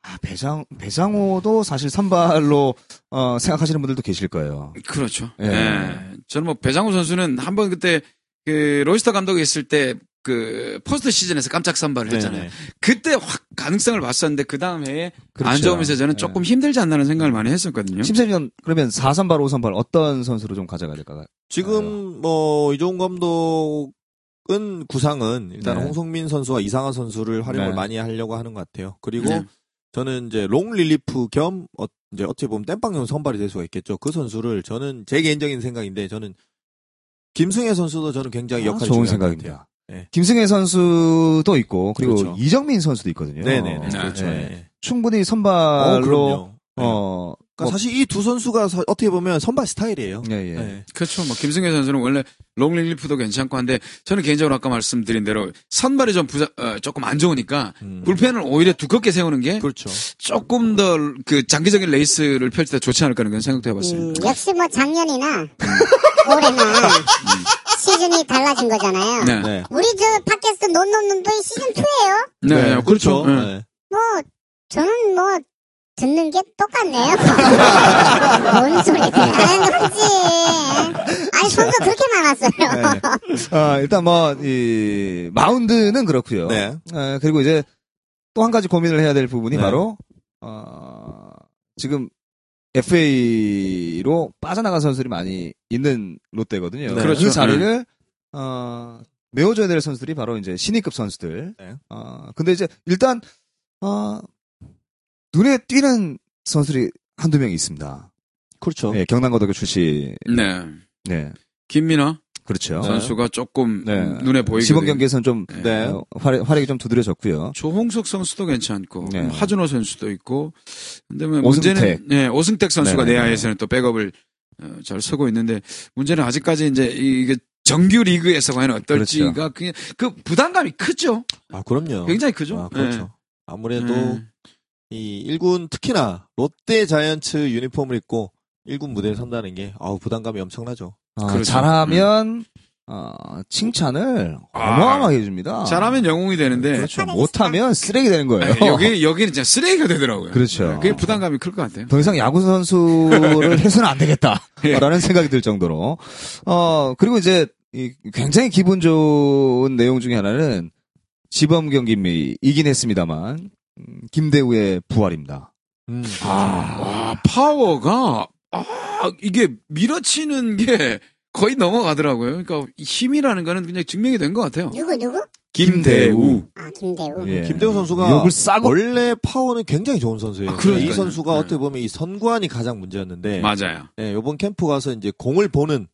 S1: 아, 배상 배상호도 사실 선발로 어, 생각하시는 분들도 계실 거예요.
S2: 그렇죠.
S1: 예.
S2: 예. 저는 뭐 배장훈 선수는 한 번 그때 그 로이스터 감독이 있을 때 그 퍼스트 시즌에서 깜짝 선발을 했잖아요.
S5: 네네.
S2: 그때 확 가능성을 봤었는데 그 다음 해에
S1: 그렇죠.
S2: 안 좋으면서 저는 조금 힘들지 않나는 생각을 많이 했었거든요.
S1: 심세준 그러면 4 선발 5 선발 어떤 선수로 좀 가져가야 될까요?
S5: 지금 뭐 이종 감독은 구상은 일단
S1: 네.
S5: 홍성민 선수와 이상한 선수를 활용을
S1: 네.
S5: 많이 하려고 하는 것 같아요. 그리고
S2: 네.
S5: 저는 이제 롱 릴리프 겸 어, 이제 어떻게 보면 땜빵용 선발이 될 수가 있겠죠. 그 선수를 저는 제 개인적인 생각인데 저는 김승혜 선수도 저는 굉장히
S1: 아,
S5: 역할이
S1: 좋은
S5: 중요한 것
S1: 생각입니다.
S5: 네.
S1: 예. 김승혜 선수도 있고 그리고
S5: 그렇죠.
S1: 이정민 선수도 있거든요.
S5: 같아요. 네네네.
S2: 네. 아,
S5: 그렇죠.
S1: 예.
S5: 예.
S1: 충분히
S5: 어,
S1: 선발로
S5: 그럼요.
S1: 어,
S5: 그러니까
S2: 뭐
S5: 사실 이 두 선수가 서- 어떻게 보면 선발 스타일이에요.
S1: 예, 예.
S5: 네.
S2: 그렇죠. 뭐 김승현 선수는 원래 롱릴리프도 괜찮고 한데 저는 개인적으로 아까 말씀드린 대로 선발이 좀 부자, 어, 조금 안 좋으니까
S5: 음.
S2: 불펜을 오히려 두껍게 세우는 게
S5: 그렇죠.
S2: 조금 더 그 장기적인 레이스를 펼칠 때 좋지 않을까 하는 그런 생각도 해봤어요.
S4: 음, 역시 뭐 작년이나 올해나 시즌이 달라진 거잖아요.
S2: 네. 네.
S5: 네.
S4: 우리 저 팟캐스트 논논논도 시즌 2예요.
S2: 네, 그렇죠. 네.
S5: 네.
S4: 뭐 저는 뭐 듣는 게 똑같네요. 뭔 소리를 하는 건지. 아니 선수 그렇게 많았어요.
S1: 네. 아, 일단 뭐, 이, 마운드는 그렇고요
S5: 네.
S1: 아, 그리고 이제 또 한 가지 고민을 해야 될 부분이
S5: 네.
S1: 바로, 어, 지금 FA로 빠져나간 선수들이 많이 있는 롯데거든요.
S5: 네.
S2: 그렇죠. 네.
S1: 그 자리를, 어, 메워줘야 될 선수들이 바로 이제 신입급 선수들.
S5: 네.
S1: 어, 근데 이제 일단, 어, 눈에 띄는 선수들이 한두 명이 있습니다.
S2: 어?
S5: 그렇죠.
S1: 예, 경남고등학교 출신.
S2: 네.
S1: 네.
S2: 김민아
S1: 그렇죠.
S5: 네.
S2: 선수가 조금
S1: 네.
S2: 눈에 보이게.
S1: 시범 경기에서는 좀
S2: 네.
S5: 네.
S1: 어, 활, 활약이 좀 두드려졌고요.
S2: 조홍석 선수도 괜찮고
S1: 네.
S2: 하준호 선수도 있고 근데 뭐
S1: 오승택.
S2: 문제는 네, 오승택 선수가
S1: 네네네.
S2: 내야에서는 또 백업을 어, 잘 서고 있는데 문제는 아직까지 이제 이게 정규 리그에서 과연
S1: 그렇죠.
S2: 어떨지가 그그 부담감이 크죠.
S5: 아,
S1: 어.
S5: 그럼요.
S2: 굉장히 크죠.
S5: 아, 그렇죠.
S2: 네.
S5: 아무래도
S2: 네.
S5: 이 1군 특히나 롯데 자이언츠 유니폼을 입고 1군 무대에 선다는 게 아우 부담감이 엄청나죠.
S1: 어,
S2: 그렇죠.
S1: 잘하면 어, 칭찬을
S2: 아.
S1: 어마어마하게 해줍니다.
S2: 잘하면 영웅이 되는데
S1: 그렇죠. 못하면 쓰레기 되는 거예요.
S2: 네, 여기 여기는 진짜 쓰레기가 되더라고요.
S1: 그렇죠.
S2: 그게 부담감이 클 것 같아요.
S1: 더 이상 야구 선수를 해서는 안
S2: 예.
S1: 되겠다라는 생각이 들 정도로 어 그리고 이제 이 굉장히 기분 좋은 내용 중에 하나는 지범 경기미 이긴 했습니다만 음, 김대우의 부활입니다.
S5: 음.
S2: 아, 와 파워가 아 이게 밀어치는 게 거의 넘어가더라고요. 그러니까 힘이라는 거는 그냥 증명이 된 것 같아요.
S4: 누구 누구?
S1: 김대우.
S4: 아 김대우.
S1: 예.
S5: 김대우 선수가
S1: 욕을 싸고
S5: 원래 파워는 굉장히 좋은 선수예요.
S2: 뭐- 아, 그러니까요.
S5: 이 선수가
S2: 네.
S5: 어떻게 보면 이 선관이 가장 문제였는데
S2: 맞아요.
S5: 네, 요번 캠프 가서 이제 공을 보는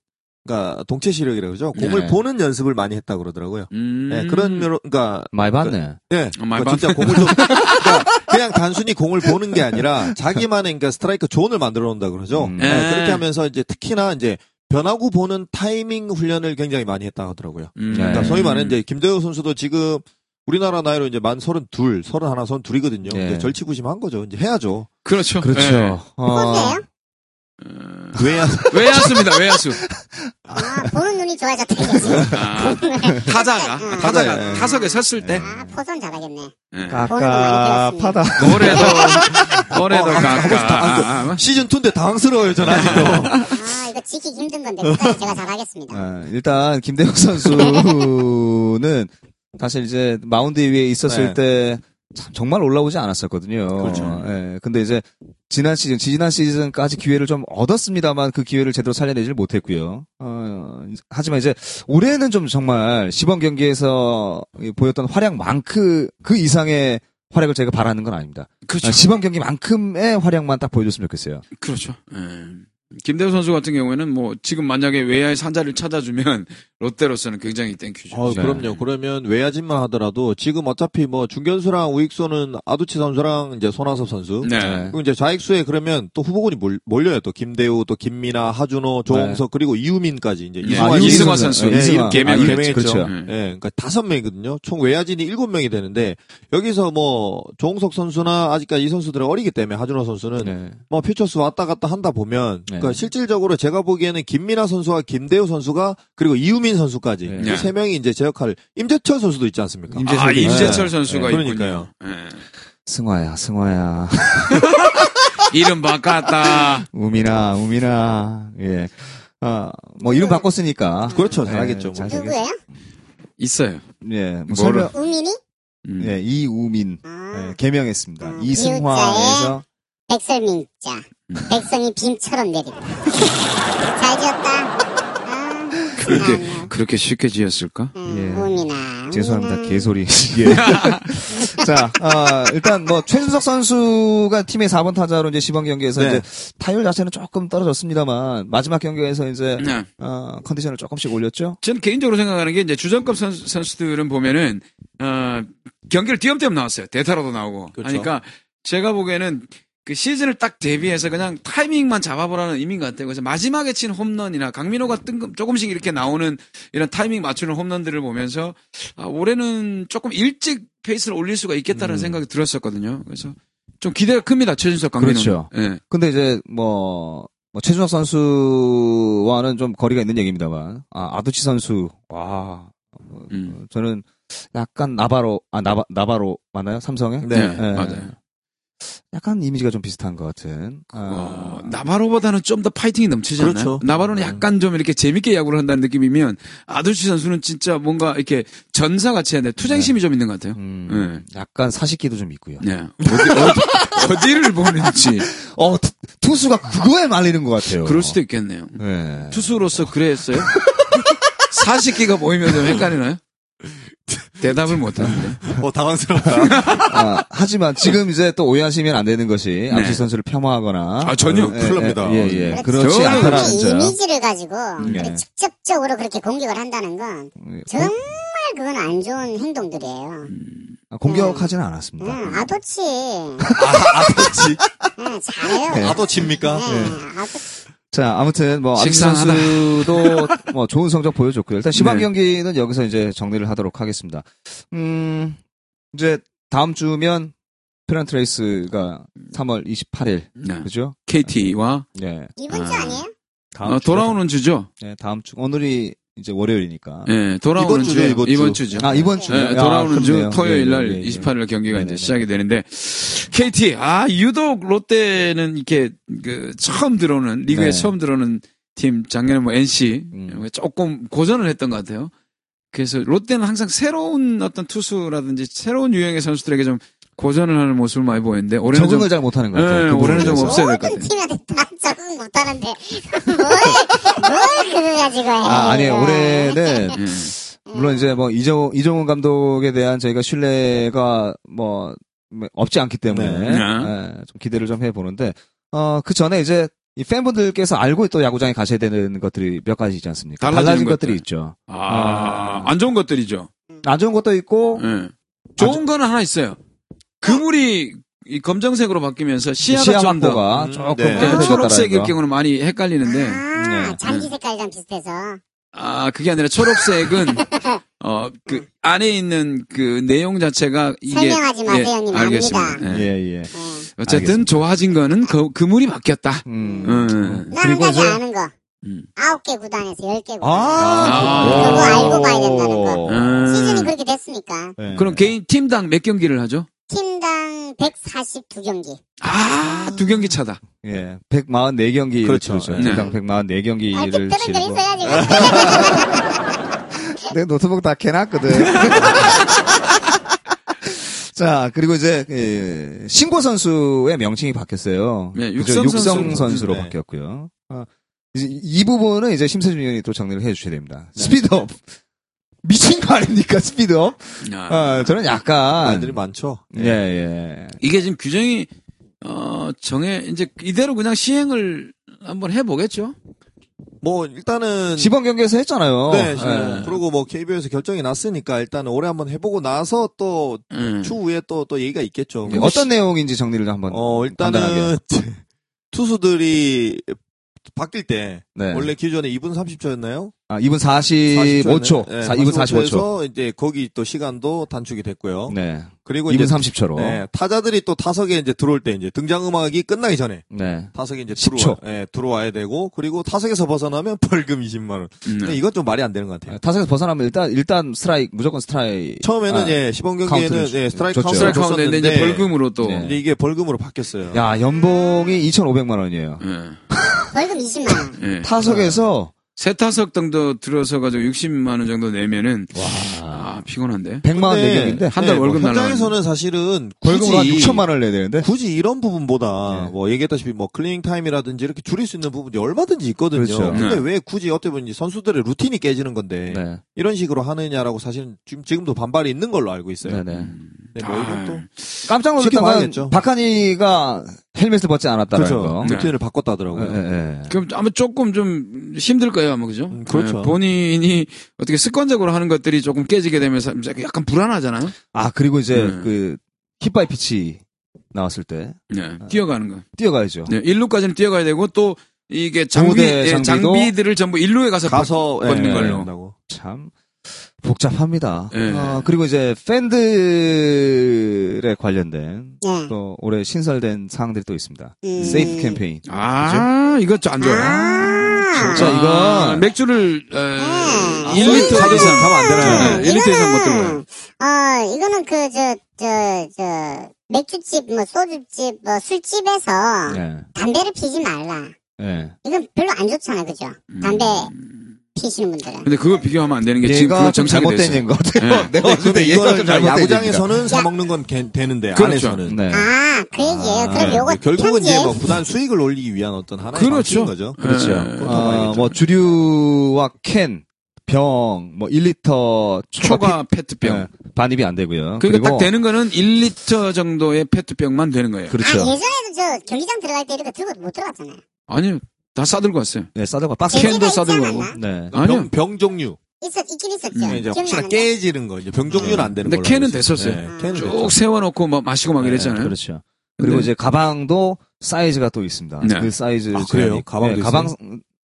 S5: 그러니까 동체 시력이라고 그러죠. 공을
S1: 네.
S5: 보는 연습을 많이 했다 그러더라고요.
S2: 음.
S5: 네, 그런 면로 그러니까
S1: 많이 봤네.
S5: 예.
S2: 어, 많이
S5: 그러니까 진짜 공을 좀 그러니까 그냥 단순히 공을 보는 게 아니라 자기만의 그러니까 스트라이크 존을 만들어 놓는다 그러죠.
S1: 음.
S5: 네,
S2: 예.
S5: 그렇게 하면서 이제 특히나 이제 변화구 보는 타이밍 훈련을 굉장히 많이 했다 하더라고요.
S2: 음.
S5: 그러니까
S1: 네.
S5: 소위 말하는 이제 김대우 선수도 지금 우리나라 나이로 이제 만 서른 둘, 서른 하나, 서른 둘이거든요.
S1: 예.
S5: 이제 절치구심 한 거죠. 이제 해야죠. 아,
S2: 그렇죠.
S1: 그렇죠. 어,
S4: 포수예요?
S5: 왜야?
S2: 네. 외야수입니다. 외야수.
S4: 아 보는 눈이 좋아졌다 이거지.
S2: 아,
S5: 음.
S2: 타자가 아, 타자가
S5: 네.
S2: 타석에 섰을 때
S4: 아 포선 잘하겠네.
S2: 예.
S1: 아, 까깝하다.
S2: 노래도 노래도
S5: 어, 아, 하고 싶다. 아,
S2: 가까. 아,
S5: 시즌 2인데 당황스러워요, 전 아직도.
S4: 아 이거 지키기 힘든 건데 그때는 제가 잘하겠습니다.
S1: 아, 일단 김대우 선수는 사실 이제 마운드 위에 있었을
S5: 네.
S1: 때 참, 정말 올라오지 않았었거든요.
S5: 그렇죠.
S1: 예, 근데 이제 지난 시즌, 지난 시즌까지 기회를 좀 얻었습니다만 그 기회를 제대로 살려내질 못했고요. 어, 하지만 이제 올해는 좀 정말 시범 경기에서 이 보였던 활약만큼 그 이상의 활약을 저희가 바라는 건 아닙니다.
S2: 그렇죠.
S1: 아, 시범 경기만큼의 활약만 딱 보여줬으면 좋겠어요.
S2: 그렇죠. 예. 김대우 선수 같은 경우에는 뭐 지금 만약에 외야의 산자를 찾아주면 롯데로서는 굉장히 땡큐죠. 네.
S5: 어, 그럼요. 그러면 외야진만 하더라도 지금 어차피 뭐 중견수랑 우익수는 아두치 선수랑 이제 손아섭 선수.
S2: 네.
S1: 네.
S5: 그리고 이제 좌익수에 그러면 또 후보군이 몰, 몰려요. 또 김대우, 또 김민아, 하준호, 조홍석 그리고 이우민까지 이제
S2: 예.
S5: 이승환이-
S2: 네. 이승환 선수.
S1: 아, 예,
S5: 이승환.
S2: 개명을
S5: 아,
S2: 했죠. 네.
S5: 개명했죠.
S1: 그렇죠.
S5: 예, 그러니까 다섯 명이거든요. 총 외야진이 일곱 명이 되는데 여기서 뭐 조홍석 선수나 아직까지 이 선수들은 어리기 때문에 하준호 선수는
S1: 네.
S5: 뭐 퓨처스 왔다 갔다 한다 보면
S1: 네.
S5: 그러니까 실질적으로 제가 보기에는 김민아 선수와 김대우 선수가 그리고 이우민 선수까지
S1: 네.
S5: 이 세 명이 이제 제 역할을 임재철 선수도 있지 않습니까?
S1: 임재-
S2: 아
S1: 임재철이-
S2: 임재철
S1: 네.
S2: 선수가
S5: 네.
S2: 있군요.
S5: 그러니까요.
S2: 예.
S1: 승화야, 승화야.
S2: 이름 바꿨다.
S1: 우미나, 우미나. 예. 아, 뭐 이름 바꿨으니까.
S5: 그렇죠.
S1: 네,
S5: 잘하겠죠. 뭐.
S1: 잘-
S4: 누구예요?
S2: 있어요.
S1: 예. 뭐 설명.
S2: 뭐를-
S4: 우민이?
S2: 음.
S1: 예, 이우민.
S4: 아,
S1: 예, 개명했습니다.
S4: 음,
S1: 이승화에서
S4: 백설민자. 백성이 빔처럼 내리고. 잘 지었다. 아,
S2: 그렇게 그렇게 쉽게 지었을까?
S4: 음,
S1: 예.
S4: 우민아. 음.
S1: 죄송합니다.
S4: 우민아.
S1: 개소리. 예. 자, 아, 일단 뭐 최준석 선수가 팀의 4번 타자로 이제 시범 경기에서
S5: 네.
S1: 이제 타율 자체는 조금 떨어졌습니다만 마지막 경기에서 이제
S2: 네.
S1: 어, 컨디션을 조금씩 올렸죠.
S2: 저는 개인적으로 생각하는 게 이제 주전급 선수, 선수들은 보면은 어, 경기를 띄엄띄엄 나왔어요. 대타로도 나오고.
S5: 그렇죠.
S2: 하니까 제가 보기에는 그 시즌을 딱 대비해서 그냥 타이밍만 잡아보라는 의미인 것 같아요. 그래서 마지막에 친 홈런이나 강민호가 뜬금 조금씩 이렇게 나오는 이런 타이밍 맞추는 홈런들을 보면서 아, 올해는 조금 일찍 페이스를 올릴 수가 있겠다는
S5: 음.
S2: 생각이 들었었거든요. 그래서 좀 기대가 큽니다. 최준석 강민호.
S1: 그렇죠.
S2: 예.
S1: 근데 이제 뭐, 뭐 최준혁 선수와는 좀 거리가 있는 얘기입니다만 아, 아두치 선수 와
S2: 음.
S1: 저는 약간 나바로 아 나바 나바로 맞나요 삼성에
S2: 네,
S5: 네.
S1: 예.
S2: 맞아요.
S1: 약간 이미지가 좀 비슷한 것 같은 아,
S2: 어, 나바로보다는 좀 더 파이팅이 넘치지 않나요?
S5: 그렇죠.
S2: 나바로는
S5: 음.
S2: 약간 좀 이렇게 재밌게 야구를 한다는 느낌이면 아두치 선수는 진짜 뭔가 이렇게 전사같이 하는데
S5: 네.
S2: 투쟁심이 좀 있는 것 같아요.
S1: 음, 약간 사식기도 좀 있고요.
S2: 네. 어디, 를 보는지
S5: 그렇죠.
S1: 어 투, 투수가 그거에 말리는 것 같아요.
S2: 그럴 수도 있겠네요.
S1: 네.
S2: 투수로서 그랬어요? 40기가 보이면 좀 헷갈리나요? 대답을 못하는데.
S5: 어, 당황스럽다.
S1: 아, 하지만 지금 이제 또 오해하시면 안 되는 것이 아두치 선수를 폄하하거나
S5: 아, 전혀.
S1: 예,
S5: 큰일 납니다.
S1: 예, 예, 예.
S4: 그렇죠.
S1: 그렇지
S2: 저는
S1: 않다라는
S4: 이
S1: 점.
S4: 이미지를 가지고
S1: 예.
S4: 그렇게 직접적으로 그렇게 공격을 한다는 건 정말 그건 안 좋은 행동들이에요.
S1: 아, 공격하지는 않았습니다.
S4: 응, 아도치.
S5: 아도치.
S4: 응, 잘해요. 네.
S5: 아도치입니까?
S4: 아도치.
S1: 자, 아무튼 뭐 아미
S2: 식상하다.
S1: 선수도 뭐 좋은 성적 보여줬고요. 일단 시범
S2: 네.
S1: 경기는 여기서 이제 정리를 하도록 하겠습니다. 음, 이제 다음 주면 페란트레이스가 3월 28일
S2: 네.
S1: 그죠?
S2: KT와
S1: 네.
S4: 이번 주
S2: 아.
S4: 아니에요?
S1: 다음
S2: 어,
S1: 주죠.
S2: 돌아오는 주죠.
S1: 네, 다음 주 오늘이 이제 월요일이니까.
S2: 예, 돌아오는
S5: 이번 주죠,
S2: 주에-
S5: 이번 주.
S2: 이번 주죠.
S1: 아 예, 이번 주
S2: 네, 돌아오는 주 토요일 날 28일 경기가
S1: 네, 네네네.
S2: 이제 시작이 되는데 KT 아 유독 롯데는 이렇게 그 처음 들어오는 리그에
S1: 네.
S2: 처음 들어오는 팀 작년에 뭐 NC
S1: 음.
S2: 조금 고전을 했던 것 같아요. 그래서 롯데는 항상 새로운 어떤 투수라든지 새로운 유형의 선수들에게 좀 고전을 하는 모습을 많이 보였는데 올해는 좀
S1: 적응을 잘 못하는 것
S2: 네,
S1: 같아요. 그
S2: 올해는 좀
S1: 부분에서.
S2: 없어요. 없애야 될것
S4: 모든
S2: 같아요.
S4: 팀한테 다 적응 못하는데 뭘뭘 그거 가지고 해.
S1: 아 아니에요.
S4: 이거.
S1: 올해는
S2: 예.
S1: 물론 이제 뭐 이정 이정훈 감독에 대한 저희가 신뢰가 뭐 없지 않기 때문에
S5: 네.
S2: 네.
S1: 예, 좀 기대를 좀 해보는데 어그 전에 이제 이 팬분들께서 알고 또 야구장에 가셔야 되는 것들이 몇 가지 있지 않습니까?
S2: 달라지는
S1: 달라진
S2: 것들.
S1: 것들이 있죠.
S2: 아, 안 좋은 것들이죠.
S1: 안 좋은 것도 있고
S2: 예. 좋은 거는 하나 있어요. 그물이 이 검정색으로 바뀌면서 시야가
S1: 시야
S2: 좀더
S1: 확보가
S5: 음,
S1: 조금
S5: 네.
S2: 네,
S1: 좁혀졌다라는
S2: 초록색일
S1: 거.
S2: 경우는 많이 헷갈리는데
S4: 아,
S1: 네.
S4: 장기 색깔이랑 비슷해서.
S2: 아 그게 아니라 초록색은 어 그 안에 있는 그 내용 자체가 이게 예,
S4: 설명하지 마세요, 형님.
S2: 알겠습니다.
S4: 압니다.
S2: 예.
S1: 예 예.
S4: 네.
S2: 어쨌든
S1: 알겠습니다.
S2: 좋아진 거는 그 그물이 바뀌었다.
S1: 음.
S2: 음.
S4: 나한
S1: 그리고
S4: 가지
S1: 이제-
S4: 아는 거.
S2: 음.
S4: 아홉 개 구단에서 열 개 구단.
S5: 네.
S1: 아,
S4: 그거 알고 봐야 된다는 거.
S2: 음.
S4: 시즌이 그렇게 됐으니까.
S1: 어. 네.
S5: 그러니까
S2: 그럼 개인 팀당 몇 경기를 하죠?
S4: 팀당 142경기.
S2: 아, 두 경기 차다.
S1: 예, 144경기
S5: 그렇죠.
S1: 그렇죠.
S5: 네.
S1: 당
S4: 아,
S1: 144경기를
S4: 특별한 걸
S1: 치르고
S4: 있어야지. 그렇게.
S1: 내 노트북 다 캐놨거든. 자, 그리고 이제 예, 신고 선수의 명칭이 바뀌었어요.
S2: 네,
S1: 그죠?
S2: 육성
S1: 육성
S2: 선수.
S1: 선수로
S5: 네.
S1: 바뀌었고요. 아, 이제 이 부분은 이제 심세준 의원이 또 정리를 해주셔야 됩니다.
S5: 네.
S1: 스피드업 미친 거 아닙니까 스피드업?
S2: 아,
S1: 아, 저는
S5: 말들이
S1: 약간
S5: 많죠. 네.
S1: 예 예.
S2: 이게 지금 규정이 어 정해 이제 이대로 그냥 시행을 한번 해보겠죠.
S5: 뭐, 일단은.
S1: 지방 경기에서 했잖아요.
S5: 네,
S1: 예.
S5: 지금 그리고 뭐 KBO에서 결정이 났으니까 일단은 올해 한번 해보고 나서 또
S2: 음.
S5: 추후에 또 또 얘기가 있겠죠.
S1: 예, 어떤 내용인지 정리를 한번.
S5: 네. 어 일단은
S1: 간단하게.
S5: 투수들이 바뀔 때
S1: 네.
S5: 원래 기존에 2분 30초였나요?
S1: 아, 2분 45초. 2분 45초.
S5: 45초에서 이제 거기 또 시간도 단축이 됐고요.
S1: 네.
S5: 그리고
S1: 2분
S5: 이제
S1: 30초로.
S5: 네, 타자들이 또 타석에 이제 들어올 때 이제 등장 음악이 끝나기 전에
S1: 네.
S5: 타석에 이제
S1: 10초.
S5: 들어와, 예, 들어와야 되고 그리고 타석에서 벗어나면 벌금 20만 원.
S2: 음.
S1: 네,
S5: 근데 이건 좀 말이 안 되는 것
S1: 아,
S5: 같아요.
S1: 타석에서 벗어나면 일단 일단 스트라이크 무조건 스트라이크.
S5: 처음에는
S1: 아,
S5: 예, 시범
S1: 카운트를
S5: 경기에는
S1: 주-
S5: 예, 스트라이크
S1: 줬죠.
S5: 카운트를
S2: 스트라이크 운드인데
S5: 줬었는데
S2: 이제 벌금으로 또
S1: 네.
S5: 이제 이게 벌금으로 바뀌었어요.
S1: 야 연봉이 2,500만 원이에요.
S2: 예.
S4: 벌금 20만 원.
S1: 네.
S2: 예.
S1: 타석에서
S2: 세 타석 정도 들어서 가지고 60만 원 정도 내면은 아 피곤한데.
S1: 100만 원
S5: 근데,
S1: 내기인데 네.
S2: 한달
S5: 뭐
S2: 월급 날라가는
S5: 현장에서는 사실은
S1: 벌금으로 한
S5: 굳이-
S1: 6천만 원을 내야 되는데.
S5: 굳이 이런 부분보다
S1: 네.
S5: 뭐 얘기했다시피 뭐 클리닝 타임이라든지 이렇게 줄일 수 있는 부분이 얼마든지 있거든요.
S1: 그렇죠.
S5: 근데
S2: 네.
S5: 왜 굳이 어떻게 보면 이제 선수들의 루틴이 깨지는 건데
S1: 네.
S5: 이런 식으로 하느냐라고 사실은 지금 지금도 반발이 있는 걸로 알고 있어요.
S1: 네. 아, 네.
S2: 음.
S5: 네, 뭐 이건 또
S1: 깜짝 놀랐던
S5: 지켜봐야겠죠.
S1: 건 박한이가 헬멧을 벗지 않았다는
S5: 그렇죠.
S1: 거. 네.
S5: 루틴을 바꿨다더라고요.
S1: 예, 예, 예.
S2: 그럼 아마 조금 좀 힘들 거예요, 아마 그죠?
S5: 음, 그렇죠.
S2: 예, 본인이 어떻게 습관적으로 하는 것들이 조금 깨지게 되면서 약간 불안하잖아요.
S1: 아 그리고 이제
S2: 네.
S1: 그 힙바이 피치 나왔을 때
S2: 네, 뛰어가는 거.
S1: 뛰어가야죠.
S2: 네, 일루까지는 뛰어가야 되고 또 이게 장비
S1: 보호대
S2: 예,
S1: 장비도
S2: 장비들을 전부 일루에 가서
S5: 가서 예,
S2: 걷는 걸로.
S5: 한다고.
S1: 참 복잡합니다.
S2: 예.
S1: 어, 그리고 이제 팬들에 관련된
S4: 네.
S1: 또 올해 신설된 사항들이 또 있습니다.
S4: 음.
S1: 세이프 캠페인.
S2: 아, 이거 안 좋아요.
S4: 아.
S1: 진짜
S2: 아,
S1: 이건
S2: 맥주를
S4: 네.
S2: 1리터
S1: 아,
S5: 사도
S1: 음.
S5: 이상 가면 안
S2: 되나요?
S5: 되나요?
S2: 네, 1리터 이상 못 들어가요.
S4: 어, 이거는 그, 저, 저, 저, 맥주집, 뭐, 소주집, 뭐, 술집에서
S1: 예.
S2: 음.
S4: 담배를 피지 말라.
S1: 예.
S4: 이건 별로 안 좋잖아, 그죠? 담배 피시는 분들은.
S2: 근데 그거 비교하면 안 되는 게 지금
S1: 얘가
S2: 그거
S1: 좀
S2: 정착이
S1: 잘못된
S2: 됐어요.
S1: 얘기인 것 같아요.
S2: 예.
S1: 내가 봤을 때 얘가 좀 잘못된 얘기입니다.
S5: 야구장에서는 사 먹는 건 괜- 되는데
S2: 그렇죠.
S5: 안에서는
S1: 네.
S4: 아, 그 얘기예요. 그럼
S5: 네.
S4: 요거
S5: 결국은
S4: 편집.
S5: 이제 뭐 부단 수익을 올리기 위한 어떤 하나의
S2: 그렇죠.
S5: 방식인 거죠.
S2: 그렇죠.
S5: 네.
S2: 어,
S1: 아, 뭐 주류와 캔, 병, 뭐 1리터 초과
S2: 초과 페트병.
S1: 네, 반입이 안 되고요.
S2: 그러니까
S1: 리
S2: 딱
S1: 고
S2: 되는 거는 1리터 정도의 페트병만 되는 거예요.
S1: 그렇죠.
S4: 아, 예전에도 저 경기장 들어갈 때 이렇게 들고 못 들어갔잖아요.
S2: 아니요. 다 싸들고 왔어요.
S1: 네, 싸다가 박스
S2: 캔.
S1: 캔.
S4: 재질가
S2: 캔도 음. 싸들고
S4: 있지
S2: 가고.
S4: 않았나?
S1: 네.
S2: 아니요.
S5: 병, 병 종류.
S4: 있었, 있긴 있었죠.
S5: 네, 이제 혹시나
S4: 기억나는데.
S5: 깨지는 거. 이제 병 종류는 안 되는
S2: 음. 근데
S5: 걸로.
S2: 캔은
S5: 알고 있어요.
S2: 됐었어요. 음.
S5: 네, 캔은
S2: 쭉
S5: 됐죠.
S2: 세워놓고 막 마시고 막
S5: 네,
S2: 이랬잖아요.
S1: 그렇죠. 그리고
S2: 근데-
S1: 이제 가방도 사이즈가 또 있습니다.
S2: 네.
S1: 그 사이즈
S5: 아,
S1: 제한이
S5: 그래요?
S1: 있고.
S5: 가방도
S1: 네,
S5: 있어요?
S1: 가방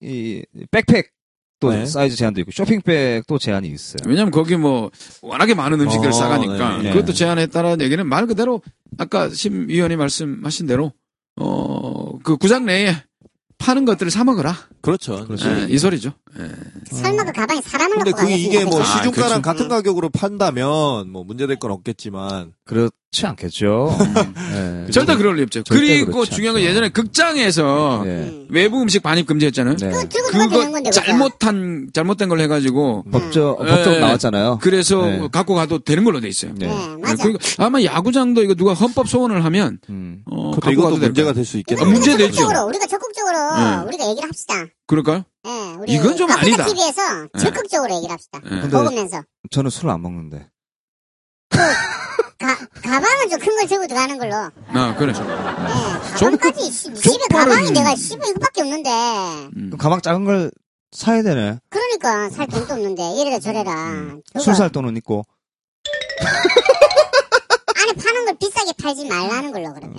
S1: 이 백팩도
S5: 네.
S1: 사이즈 제한도 있고 쇼핑백도 제한이 있어요.
S2: 왜냐면 거기 뭐 워낙에 많은 음식들을
S5: 어,
S2: 싸가니까
S5: 네.
S2: 그것도 제한에 따른 얘기는 말 그대로 아까 심 위원이 말씀하신 대로 어 그 구장 내에 파는 것들을 사 먹어라
S5: 그렇죠.
S2: 예, 이 소리죠. 예.
S4: 설마 그 가방에 사람을
S5: 근데
S4: 넣고
S5: 그게 이게 뭐
S2: 아,
S4: 가겠습니까?
S2: 그렇죠.
S5: 시중가랑 같은 가격으로 판다면 뭐 문제될 건 없겠지만
S2: 어,
S1: 그렇지 않겠죠. 네.
S2: 음. 절대 그럴 리 없죠.
S1: 절대
S2: 그리고
S1: 그렇지
S2: 중요한 건
S1: 않죠.
S2: 예전에 극장에서
S4: 예.
S1: 네.
S2: 외부 음식 반입 금지했잖아요.
S1: 네.
S4: 그거 들고 들어가도 되는
S2: 그거
S4: 건데, 그죠?
S2: 잘못한 잘못된 걸 해가지고
S1: 법적
S2: 음.
S1: 법적
S2: 예.
S1: 나왔잖아요.
S2: 그래서 뭐
S1: 네.
S2: 갖고 가도 되는 걸로 돼 있어요.
S1: 네.
S4: 네, 맞아.
S2: 그리고 아마 야구장도 이거 누가 헌법 소원을 하면
S1: 음.
S2: 어,
S5: 그것도
S2: 갖고 가도
S5: 이것도
S2: 될까?
S5: 문제가 될 수
S4: 이건
S5: 있겠네요.
S2: 아, 문제
S4: 우리가
S2: 되죠.
S4: 적극적으로, 우리가 적극적으로
S2: 네.
S4: 우리가 얘기를 합시다.
S2: 그럴까요?
S4: 예, 우리
S2: 이건 좀 아니다.
S4: TV에서
S2: 예.
S4: 적극적으로 얘기를 합시다.
S2: 예.
S1: 근데
S4: 먹으면서
S1: 저는 술을 안 먹는데.
S4: 가, 가방은 좀 큰 걸 들고 들어가는 걸로.
S2: 아 그래.
S4: 예,
S2: 저-
S4: 가방까지 씨, 집에 가방이 내가 씨발 이거밖에 없는데.
S2: 음.
S1: 그럼 가방 작은 걸 사야 되네. 음.
S4: 그러니까 살 돈도 없는데 이래라 저래라.
S2: 음.
S4: 그거
S1: 술 살
S2: 그렇죠.
S1: 돈은 있고.
S4: 안에 파는 걸 비싸게 팔지 말라는 걸로 그러면.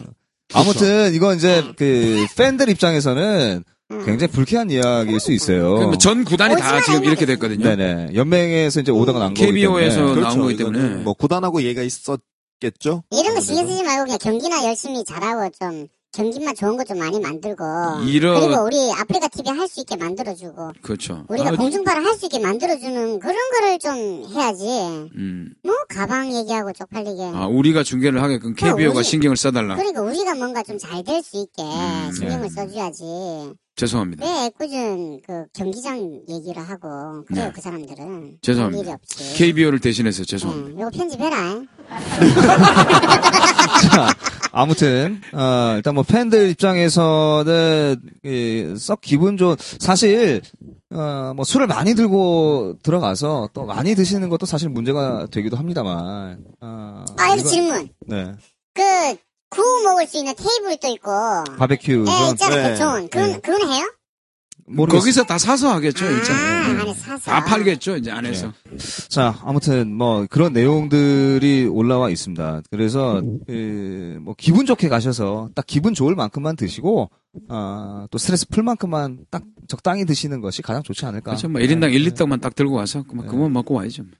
S2: 그렇죠.
S1: 아무튼 이건 이제
S2: 음.
S1: 그 팬들 입장에서는
S4: 음.
S1: 굉장히 불쾌한 이야기일 수
S2: 그럼
S1: 있어요.
S2: 뭐전 구단이 다
S4: 오지마라
S2: 지금 이렇게
S4: 했는데.
S2: 됐거든요.
S1: 네네 연맹에서 이제 오다가 난 거기 때문에.
S2: KBO에서 나온 거기
S5: 그렇죠. 이거는
S2: 때문에.
S5: 뭐 구단하고 얘가 있었겠죠.
S4: 이런 거
S2: 아,
S4: 신경 쓰지 말고 그냥 경기나 열심히 잘하고 좀 경기만 좋은 거 좀 많이 만들고
S2: 이런-
S4: 그리고 우리 아프리카 TV 할 수 있게 만들어주고
S2: 그렇죠.
S4: 뭐 우리가
S2: 아,
S4: 공중파를 할 수 있게 만들어주는 그런 거를 좀 해야지
S2: 음.
S4: 뭐 가방 얘기하고 쪽팔리게
S2: 아, 우리가 중계를 하게끔
S4: 그럼
S2: KBO가
S4: 우리-
S2: 신경을 써달라.
S4: 그리고 우리가 뭔가 좀 잘 될 수 있게
S2: 아. 음,
S4: 신경을
S1: 예.
S4: 써줘야지
S2: 죄송합니다.
S4: 왜 꾸준 그 경기장 얘기를 하고 그래요 그 사람들은
S2: 네. 죄송합니다.
S4: 할 일이 없지
S2: KBO를 대신해서 죄송합니다.
S4: 응, 이거 편집해라
S1: 자, 아무튼 어, 일단 뭐 팬들 입장에서는 이, 썩 기분 좋은 사실 어, 뭐 술을 많이 들고 들어가서 또 많이 드시는 것도 사실 문제가 되기도 합니다만. 어,
S4: 아 여기
S1: 이거-
S4: 질문
S1: 네.
S4: 그 구워 먹을 수 있는 테이블도 있고
S1: 바베큐
S4: 예
S1: 전
S4: 있잖아
S5: 네.
S4: 그건 그건 그건 해요?
S1: 모르겠어요.
S2: 거기서 다 사서 하겠죠, 일단.
S4: 아,
S2: 음.
S4: 안에 사서.
S2: 다 팔겠죠, 이제 안에서.
S1: 자, 아무튼 뭐 그런 내용들이 올라와 있습니다. 그래서 예, 뭐 기분 좋게 가셔서 딱 기분 좋을 만큼만 드시고 아, 또 스트레스 풀 만큼만 딱 적당히 드시는 것이 가장 좋지 않을까. 네.
S2: 그렇죠. 뭐 1인당 1리터만 딱 들고 와서 그만, 그만 먹고 와야죠. 뭐.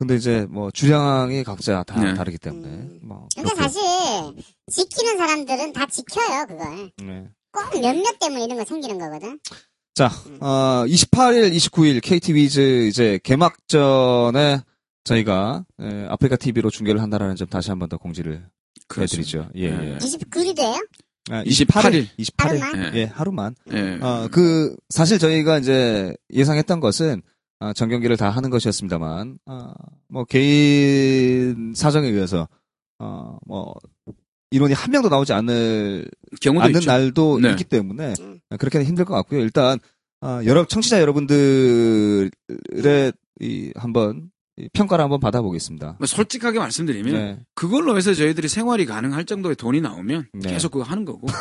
S1: 근데 이제 뭐 주량이 각자 다
S2: 네.
S1: 다르기 때문에 뭐
S4: 근데
S1: 그렇게,
S4: 그러니까 사실 지키는 사람들은 다 지켜요 그걸.
S1: 네.
S4: 꼭 몇몇 때문에 이런 거 생기는 거거든.
S1: 자, 어, 28일, 29일 KT 위즈 이제 개막전에 저희가 예, 아프리카 TV로 중계를 한다라는 점 다시 한 번 더 공지를
S2: 그렇습니다.
S1: 해드리죠. 예,
S2: 네.
S1: 예.
S4: 29일이 돼요?
S1: 아,
S2: 28일.
S1: 28일.
S4: 하루만?
S2: 예.
S1: 예, 하루만.
S2: 예.
S1: 어, 그 사실 저희가 이제 예상했던 것은 어, 전 경기를 다 하는 것이었습니다만 어, 뭐 개인 사정에 의해서 어, 뭐 인원이 한 명도 나오지 않을
S2: 경우도
S1: 않는
S2: 있죠.
S1: 날도
S2: 네.
S1: 있기 때문에 어,
S4: 음.
S1: 그렇게는 힘들 것 같고요. 일단 어, 여러 청취자 여러분들의 이 한번 이 평가를 한번 받아보겠습니다.
S2: 뭐 솔직하게 말씀드리면
S1: 네.
S2: 그걸로 해서 저희들이 생활이 가능할 정도의 돈이 나오면
S1: 네.
S2: 계속 그거 하는 거고.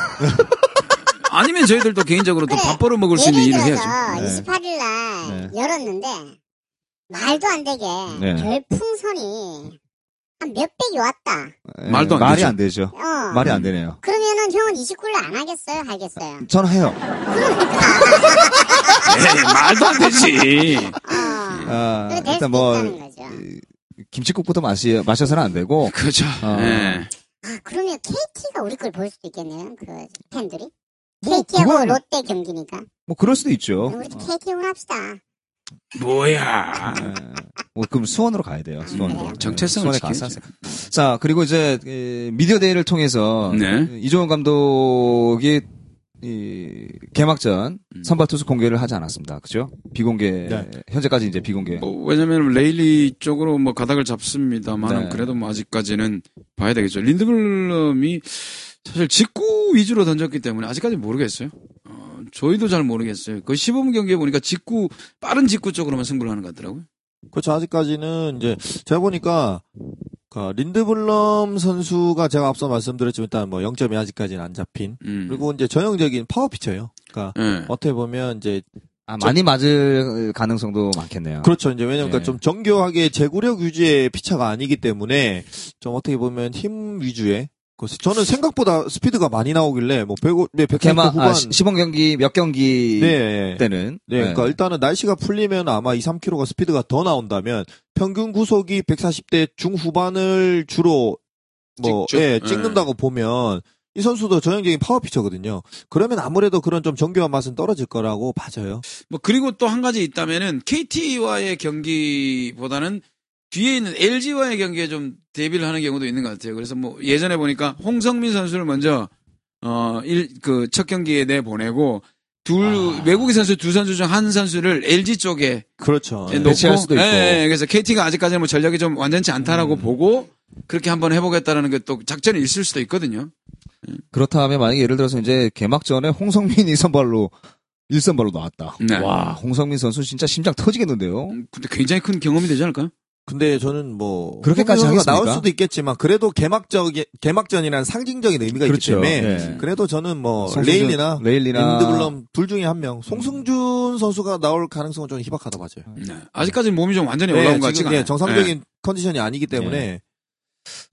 S2: 아니면 저희들도 개인적으로 또
S4: 그래.
S2: 밥벌어 먹을 수 있는
S4: 예를
S2: 일을
S4: 들어서
S2: 해야죠.
S4: 28일 날 열었는데 말도 안 되게
S1: 네.
S4: 별풍선이 한 몇백이 왔다.
S1: 예,
S2: 말도 안
S1: 말이
S2: 되죠.
S1: 안 되죠.
S4: 어,
S1: 말이 안 되네요.
S4: 그러면은 형은 29를 안 하겠어요? 하겠어요?
S1: 저는 해요.
S2: 에이, 네, 말도 안 되지.
S4: 어.
S1: 아,
S4: 그래, 될 수도
S1: 일단 뭐
S4: 있다는 거죠.
S1: 김치국부터 마시 마셔서는 안 되고
S2: 그죠.
S1: 어.
S2: 예.
S4: 아, 그러면 KT가 우리 걸 볼 수도 있겠네요. 그 팬들이.
S1: 뭐
S4: KT하고
S1: 그건-
S4: 롯데 경기니까.
S1: 뭐 어. 그럴 수도 있죠.
S4: 우리 KT 응원합시다.
S2: 뭐야.
S1: 예. 뭐 그럼 수원으로 가야 돼요. 수원으로.
S4: 그래요?
S2: 음, 정체성을
S1: 수원에
S2: 지켜야죠.
S1: 가서 자 그리고 이제 이 미디어 데이를 통해서
S2: 네.
S1: 이종원 감독이 이 개막전
S2: 음.
S1: 선발 투수 공개를 하지 않았습니다. 그죠? 비공개
S5: 네.
S1: 현재까지 이제 비공개.
S2: 뭐, 왜냐면 레일리 쪽으로 뭐 가닥을 잡습니다만
S1: 네.
S2: 그래도 뭐 아직까지는 봐야 되겠죠. 린드블럼이 사실 직구 위주로 던졌기 때문에 아직까지 모르겠어요. 어, 저희도 잘 모르겠어요. 그 시범 경기에 보니까 직구 빠른 직구 쪽으로만 승부를 하는 것 같더라고요.
S5: 그렇죠. 아직까지는 이제 제가 보니까 그 린드블럼 선수가 제가 앞서 말씀드렸지만 일단 뭐 0점이 아직까지는 안 잡힌
S2: 음.
S5: 그리고 이제 전형적인 파워 피처예요. 그러니까
S2: 예.
S5: 어떻게 보면 이제
S1: 아, 많이 맞을 가능성도 많겠네요.
S5: 그렇죠. 이제 왜냐면
S1: 예.
S5: 그러니까 좀 정교하게 제구력 위주의 피처가 아니기 때문에 좀 어떻게 보면 힘 위주의 그래서 저는 생각보다 스피드가 많이 나오길래 뭐 100, 네, 100
S1: 개막
S5: 후반
S1: 아, 시- 시범 경기 몇 경기
S5: 네, 예.
S1: 때는
S5: 네, 그러니까 일단은 날씨가 풀리면 아마 2, 3km가 스피드가 더 나온다면 평균 구속이 140대 중후반을 주로 뭐
S2: 찍죠.
S5: 예,
S2: 예.
S5: 찍는다고 보면 이 선수도 전형적인 파워 피처거든요. 그러면 아무래도 그런 좀 정교한 맛은 떨어질 거라고 봐져요.
S2: 뭐 그리고 또 한 가지 있다면은 KT와의 경기보다는 뒤에 있는 LG와의 경기에 좀 대비를 하는 경우도 있는 것 같아요. 그래서 뭐 예전에 보니까 홍성민 선수를 먼저 어, 어일그첫 경기에 내 보내고 둘 외국인 선수 두 선수 중 한 선수를 LG 쪽에
S5: 그렇죠. 예.
S2: 놓고
S1: 배치할 수도 있고.
S2: 예, 예. 그래서 KT가 아직까지는 뭐 전력이 좀 완전치 않다라고 보고 그렇게 한번 해보겠다라는 게 또 작전이 있을 수도 있거든요.
S1: 그렇다면 만약에 예를 들어서 이제 개막전에 홍성민이 선발로 1선발로 나왔다.
S2: 네.
S1: 와, 홍성민 선수 진짜 심장 터지겠는데요.
S2: 음, 근데 굉장히 큰 경험이 되지 않을까요?
S5: 근데 저는 뭐
S1: 그렇게까지
S5: 선수가
S1: 하겠습니까?
S5: 나올 수도 있겠지만 그래도 개막적 개막전이란 상징적인 의미가
S1: 그렇죠.
S5: 있기 때문에
S1: 예.
S5: 그래도 저는 뭐
S1: 송승준, 네.
S5: 레일리나
S1: 레일리나
S5: 린드블럼 둘 중에 한 명 송승준 선수가 나올 가능성은 좀 희박하다 봐져요.
S2: 네. 아직까지 몸이 좀 완전히
S5: 네,
S2: 올라온 것 같지가
S5: 지금,
S2: 않아요. 네.
S5: 예, 정상적인 컨디션이 아니기
S1: 예.
S5: 때문에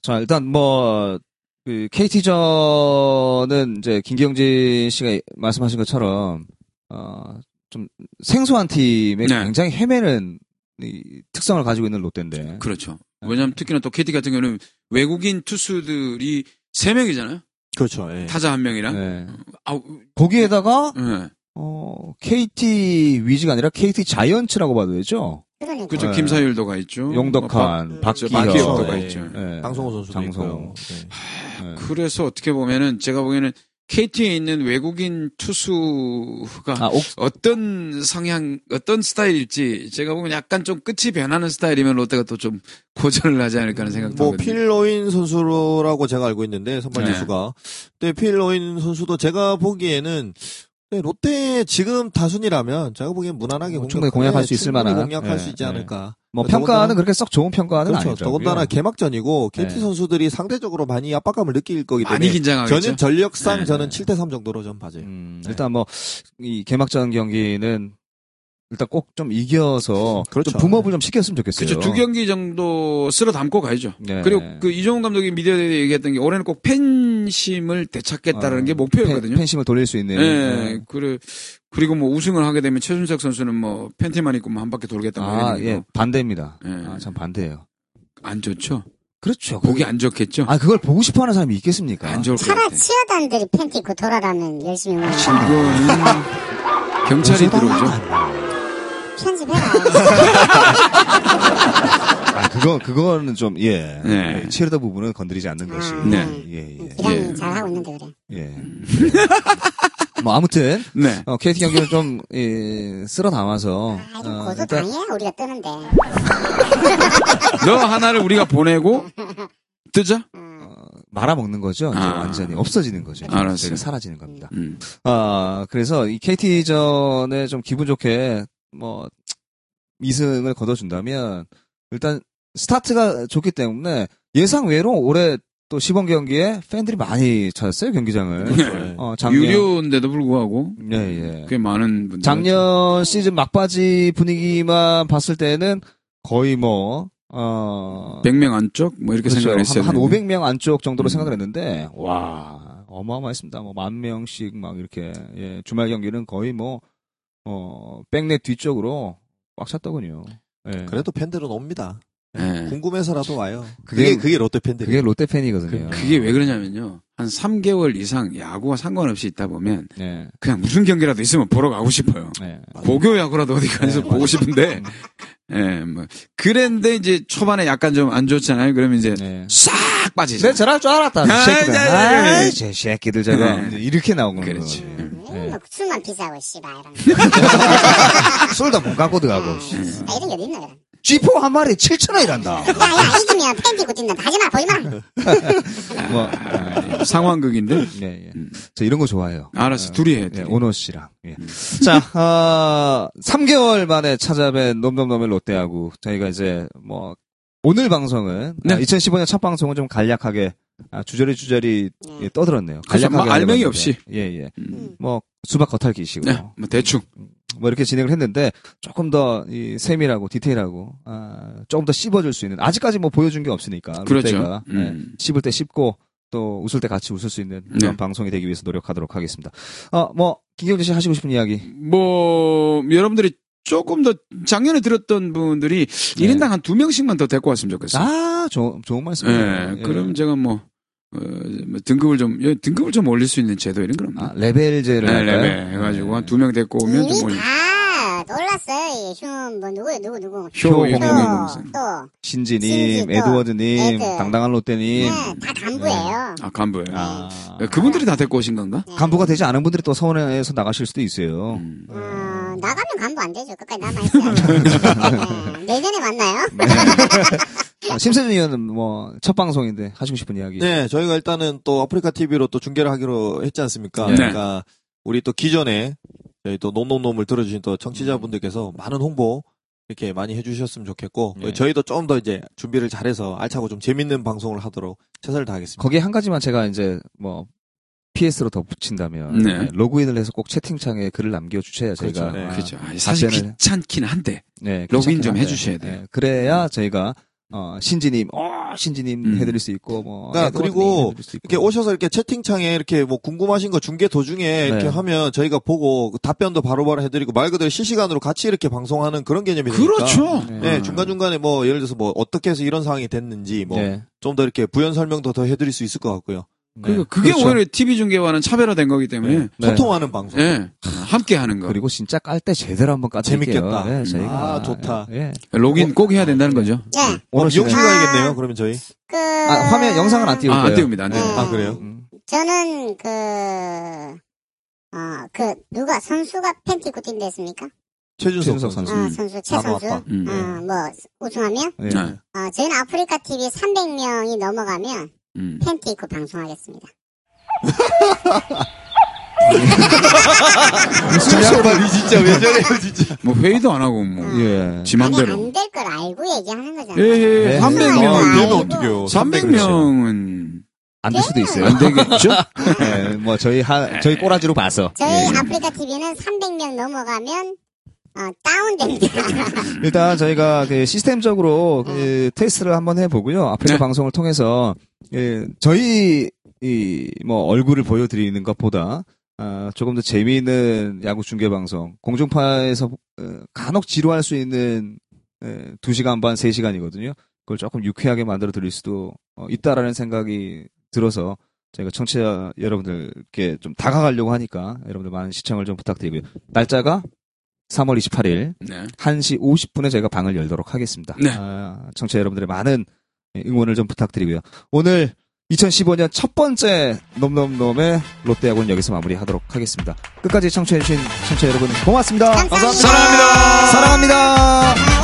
S1: 자, 일단 뭐, 그, KT전은 이제 김경진 씨가 말씀하신 것처럼, 어, 좀 생소한 팀에
S2: 네.
S1: 굉장히 헤매는 이 특성을 가지고 있는 롯데인데.
S2: 그렇죠. 왜냐하면 특히나 또 KT 같은 경우는 외국인 투수들이 세 명이잖아요.
S5: 그렇죠. 예.
S2: 타자 한 명이랑.
S1: 네.
S2: 아우,
S1: 거기에다가,
S2: 예.
S1: 어, KT 위즈가 아니라 KT 자이언츠라고 봐도 되죠?
S4: 그러니까.
S2: 그렇죠.
S1: 네.
S2: 김사율도 가 있죠. 뭐
S1: 용덕한,
S2: 음, 저
S1: 박기혁.
S2: 박기혁도 가
S5: 예.
S2: 있죠.
S1: 예.
S5: 방송호 선수도
S1: 장성호.
S5: 있고요. 예.
S1: 예.
S2: 그래서 어떻게 보면은 제가 보기에는 KT에 있는 외국인 투수가
S1: 아, 옥,
S2: 어떤 성향, 어떤 스타일일지 제가 보면 약간 좀 끝이 변하는 스타일이면 롯데가 또 좀 고전을 하지 않을까 하는 생각도
S5: 뭐
S2: 하거든요.
S5: 필로인 선수라고 제가 알고 있는데 선발
S2: 네.
S5: 투수가 근데 필로인 선수도 제가 보기에는 네, 롯데 지금 다순이라면 제가 보기엔 무난하게
S1: 어,
S5: 공략,
S1: 충분히 공략할 수 있을
S5: 충분히
S1: 만한.
S5: 공략할
S1: 예,
S5: 수 있지
S1: 예.
S5: 않을까.
S1: 뭐
S5: 더군다나-
S1: 평가는 그렇게 썩 좋은 평가는
S5: 그렇죠.
S1: 아니죠.
S5: 더군다나 개막전이고 KT
S1: 예.
S5: 선수들이 상대적으로 많이 압박감을 느낄 거기
S2: 많이
S5: 때문에
S2: 긴장하겠죠.
S5: 저는 전력상
S2: 네.
S5: 저는 7대 3 정도로 좀 봐져요.
S1: 예. 음, 일단 뭐 이 개막전 경기는 일단 꼭 좀 이겨서
S5: 그렇죠.
S1: 좀 붐업을 좀 시켰으면 좋겠어요.
S2: 그렇죠. 두 경기 정도 쓸어 담고 가야죠.
S1: 네.
S2: 그리고 그 이종훈 감독이 미디어에 얘기했던 게 올해는 꼭 팬심을 되찾겠다라는
S1: 어,
S2: 게 목표였거든요.
S1: 팬, 심을 돌릴 수 있는. 네.
S2: 예. 그래 그리고 뭐 우승을 하게 되면 최준석 선수는 뭐 팬티만 입고 뭐한 바퀴 돌겠다 뭐
S1: 아,
S2: 이런
S1: 예,
S2: 얘기도
S1: 반대입니다.
S2: 예.
S1: 아, 참 반대예요.
S2: 안 좋죠.
S1: 그렇죠.
S2: 보기 안 좋겠죠.
S1: 아, 그걸 보고 싶어 하는 사람이 있겠습니까?
S2: 안 좋을 것
S4: 차라
S2: 같아.
S4: 치어단들이 팬티 입고 돌아다니면 열심히 응원한다.
S2: 이거는 경찰이 들어오죠.
S4: 편집해라.
S1: 아, 그거, 그거는 좀, 예.
S2: 네.
S1: 예, 치르다 부분은 건드리지 않는 것이.
S2: 네.
S1: 예, 예.
S4: 기량이
S2: 예.
S4: 잘하고 있는데 그래.
S1: 예. 뭐, 아무튼,
S2: 네.
S1: 어, KT 경기를 좀, 예, 쓸어 담아서.
S4: 아,
S1: 어,
S4: 좀
S1: 일단
S4: 고소당해? 우리가 뜨는데.
S2: 너 하나를 우리가 보내고 뜨자.
S1: 어, 말아먹는 거죠. 이제
S2: 아.
S1: 완전히 없어지는 거죠.
S2: 알았어요.
S1: 제가 사라지는 겁니다.
S2: 음.
S1: 아, 그래서 이 KT전에 좀 기분 좋게 뭐 2승을 거둬준다면 일단 스타트가 좋기 때문에 예상 외로 올해 또 시범 경기에 팬들이 많이 찾았어요 경기장을.
S5: 예.
S1: 어, 작년
S2: 네. 유료인데도 불구하고
S1: 예, 예.
S2: 꽤 많은 분들.
S1: 작년 시즌 막바지 분위기만 봤을 때는 거의 뭐 어,
S2: 100명 안쪽 뭐 이렇게
S1: 그렇죠.
S2: 생각을 했어요.
S1: 한, 한
S2: 우리는.
S1: 500명 안쪽 정도로
S2: 음.
S1: 생각을 했는데 와 어마어마했습니다. 뭐 만 명씩 막 이렇게 예, 주말 경기는 거의 뭐 어, 백넷 뒤쪽으로 꽉 찼더군요. 예.
S5: 그래도 팬들은 옵니다.
S2: 예.
S5: 궁금해서라도 와요.
S1: 그게-
S5: 그게 그게 롯데
S1: 그게
S5: 팬들이.
S1: 롯데 팬이거든요.
S2: 그게 왜 그러냐면요. 한 3개월 이상 야구와 상관없이 있다 보면
S1: 예,
S2: 그냥 무슨 경기라도 있으면 보러 가고 싶어요.
S1: 예.
S2: 고교 야구라도 어디 가서
S1: 네,
S2: 보고
S1: 맞아요.
S2: 싶은데, 예, 뭐. 그랬는데 이제 초반에 약간 좀 안 좋잖아요. 그러면 이제
S1: 네.
S2: 싹 빠지죠.
S1: 내 저럴 줄 알았다.
S2: 아,
S1: 새끼들.
S2: 자, 자, 자, 자.
S1: 아, 제 새끼들 제가
S2: 네.
S1: 이렇게 나오는 거예요.
S2: 그렇지.
S1: 네.
S4: 음, 뭐 술만 비싸고 씨발 이런.
S1: 술도 못 갖고 들어가고.
S2: 음.
S1: 씨.
S4: 아, 이런 게 어디 있나 그럼.
S1: G4 한 마리 7천 원이란다.
S4: 야야 이기면 팬티 고는다 하지마
S1: 음.
S4: 보지마.
S1: 뭐,
S2: 아, 상황극인데.
S1: 예, 예.
S2: 음.
S1: 저 이런 거 좋아해요.
S2: 알았어, 둘이 해.
S1: 예,
S2: 둘이.
S1: 오너 씨랑. 예.
S2: 음.
S1: 자, 어, 3개월 만에 찾아뵌 놈놈놈의 롯데하고 저희가 이제 뭐 오늘 방송은
S2: 네.
S1: 2015년 첫 방송은 좀 간략하게 아, 주저리 주저리 예, 떠들었네요.
S2: 그렇죠. 뭐
S1: 간략하게
S2: 알맹이
S1: 하려고 했는데.
S2: 없이.
S1: 예, 예.
S2: 음.
S1: 뭐 수박 겉핥기식으로.
S2: 네, 뭐 대충.
S1: 뭐 이렇게 진행을 했는데 조금 더 이 세밀하고 디테일하고 아, 조금 더 씹어줄 수 있는 아직까지 뭐 보여준 게 없으니까
S2: 그렇죠.
S1: 롯데가 예,
S2: 음.
S1: 씹을 때 씹고 또 웃을 때 같이 웃을 수 있는 그런
S2: 네.
S1: 방송이 되기 위해서 노력하도록 하겠습니다. 어뭐 김경진 씨 하시고 싶은 이야기
S2: 뭐, 여러분들이 조금 더 작년에 들었던 분들이
S1: 네.
S2: 1인당 한 두 명씩만 더 데리고 왔으면 좋겠어요.
S1: 아 네. 좋은 좋은 말씀이에요.
S2: 예, 그럼 제가 뭐, 어, 뭐 등급을 좀, 예, 등급을 좀 올릴 수 있는 뭐. 제도 이런 건 없나?
S1: 아, 레벨제를
S2: 네,
S1: 할까요?
S2: 레벨 해가지고 한 두 명 데리고 오면
S4: 이미
S2: 좀뭐 올려.
S4: 다 놀랐어요. 흉뭐 누구 누구 누구.
S1: 효,
S2: 효,
S1: 효,
S2: 효.
S4: 아. 또또네다 신지,
S1: 신지님,
S4: 또
S1: 에드워드님,
S4: 애들.
S1: 당당한
S4: 예,
S1: 롯데님.
S4: 네. 간부예요.
S2: 아, 간부예요.
S1: 아,
S2: 예, 그분들이 다 데리고 오신 건가?
S4: 네.
S1: 간부가 되지 않은 분들이 또 서울에서 나가실 수도 있어요.
S2: 음.
S4: 어, 나가면 간부 안 되죠. 끝까지 남아 있어요. 네. 내년에 만나요.
S1: 어, 심세준 의원은 뭐 첫 방송인데 하시고 싶은 이야기.
S5: 네, 저희가 일단은 또 아프리카 TV로 또 중계를 하기로 했지 않습니까?
S2: 네.
S5: 그러니까 우리 또 기존에 저희 또 놈놈놈을 들어주신 또 청취자분들께서 많은 홍보 이렇게 많이 해주셨으면 좋겠고
S1: 네.
S5: 저희도 좀 더 이제 준비를 잘해서 알차고 좀 재밌는 방송을 하도록 최선을 다하겠습니다.
S1: 거기에 한 가지만 제가 이제 뭐 PS로 더 붙인다면
S2: 네.
S1: 네, 로그인을 해서 꼭 채팅창에 글을 남겨주셔야 저희가
S5: 그렇죠. 네.
S1: 아,
S2: 그죠. 아, 사실
S1: 답변을-
S2: 귀찮긴 한데.
S1: 네,
S2: 로그인 좀
S1: 괜찮긴 한데,
S2: 해주셔야 돼요.
S1: 네, 그래야 저희가 어, 신지님, 어, 신지님
S2: 음.
S1: 해드릴 수 있고 뭐
S5: 그러니까
S1: 에드워드님
S5: 그리고
S1: 해드릴 수 있고.
S5: 이렇게 오셔서 이렇게 채팅창에 이렇게 뭐 궁금하신 거 중계 도중에 이렇게 하면 저희가 보고 그 답변도 바로바로 해드리고 말 그대로 실시간으로 같이 이렇게 방송하는 그런 개념이 되니까
S2: 그렇죠.
S1: 네.
S5: 그러니까. 네, 중간중간에 뭐 예를 들어서 뭐 어떻게 해서 이런 상황이 됐는지 뭐
S1: 네.
S5: 좀 더 이렇게 부연 설명도 더 해드릴 수 있을 것 같고요.
S2: 그리고
S1: 네.
S2: 그러니까 그게
S1: 그렇죠.
S2: 오히려 TV 중계와는 차별화된 거기 때문에.
S1: 네.
S5: 소통하는 방송.
S2: 예. 함께 하는 거.
S1: 그리고 진짜 깔 때 제대로 한번 까드릴게요
S5: 재밌겠다.
S1: 네, 저희가
S5: 아, 좋다.
S1: 예.
S2: 로그인 꼭 해야 된다는 거죠.
S4: 예.
S5: 어,
S1: 오늘
S5: 미용실
S1: 시간에-
S5: 가야겠네요. 그러면 저희.
S4: 그
S1: 음. 아, 화면 영상은 안 띄울
S2: 아,
S1: 거예요.
S2: 안 띄웁니다. 안 띄웁니다.
S4: 네.
S5: 아 그래요?
S1: 음.
S4: 저는 그, 어, 그, 누가, 선수가 팬티 입고 뛴댔습니까?
S5: 최준석
S1: 최준석
S5: 선수.
S1: 선수. 네.
S4: 어, 선수, 최
S5: 바로
S4: 선수.
S5: 아빠.
S2: 음.
S4: 어, 뭐, 우승하면?
S1: 예.
S2: 네.
S4: 어, 저희는 아프리카 TV 300명이 넘어가면
S2: 음.
S4: 팬티 입고 방송하겠습니다.
S5: 이 진짜 왜 저래요 진짜.
S2: 뭐 회의도 안 하고 뭐.
S1: 예.
S2: 지
S4: 아니,
S2: 맘대로.
S4: 안 될 걸 알고 얘기하는 거잖아.
S2: 예,
S1: 네.
S2: 300명.
S4: 아, 얘는
S5: 어떡해요.
S2: 300명은
S1: 안 될 수도 있어요.
S2: 안 되겠죠?
S1: 예, 뭐 저희 하, 저희 꼬라지로 봐서
S4: 저희
S1: 예.
S4: 아프리카 TV는 300명 넘어가면, 어, 다운됩니다. 아,
S1: 일단 저희가 그 시스템적으로 그 테스트를 한번 해보고요. 아프리카
S2: 네.
S1: 방송을 통해서 예, 저희 이 뭐 얼굴을 보여드리는 것보다 아, 조금 더 재미있는 야구 중계 방송 공중파에서 어, 간혹 지루할 수 있는 에, 2시간 반, 3시간이거든요. 그걸 조금 유쾌하게 만들어 드릴 수도 어, 있다라는 생각이 들어서 저희가 청취자 여러분들께 좀 다가가려고 하니까 여러분들 많은 시청을 좀 부탁드리고요. 날짜가 3월 28일
S2: 네.
S1: 1시 50분에 저희가 방을 열도록 하겠습니다.
S2: 네.
S1: 아, 청취자 여러분들의 많은 예, 응원을 좀 부탁드리고요. 오늘 2015년 첫 번째 놈놈놈의 롯데야구는 여기서 마무리하도록 하겠습니다. 끝까지 청취해주신 청취자 여러분 고맙습니다.
S4: 감사합니다.
S2: 사랑합니다.
S1: 사랑합니다.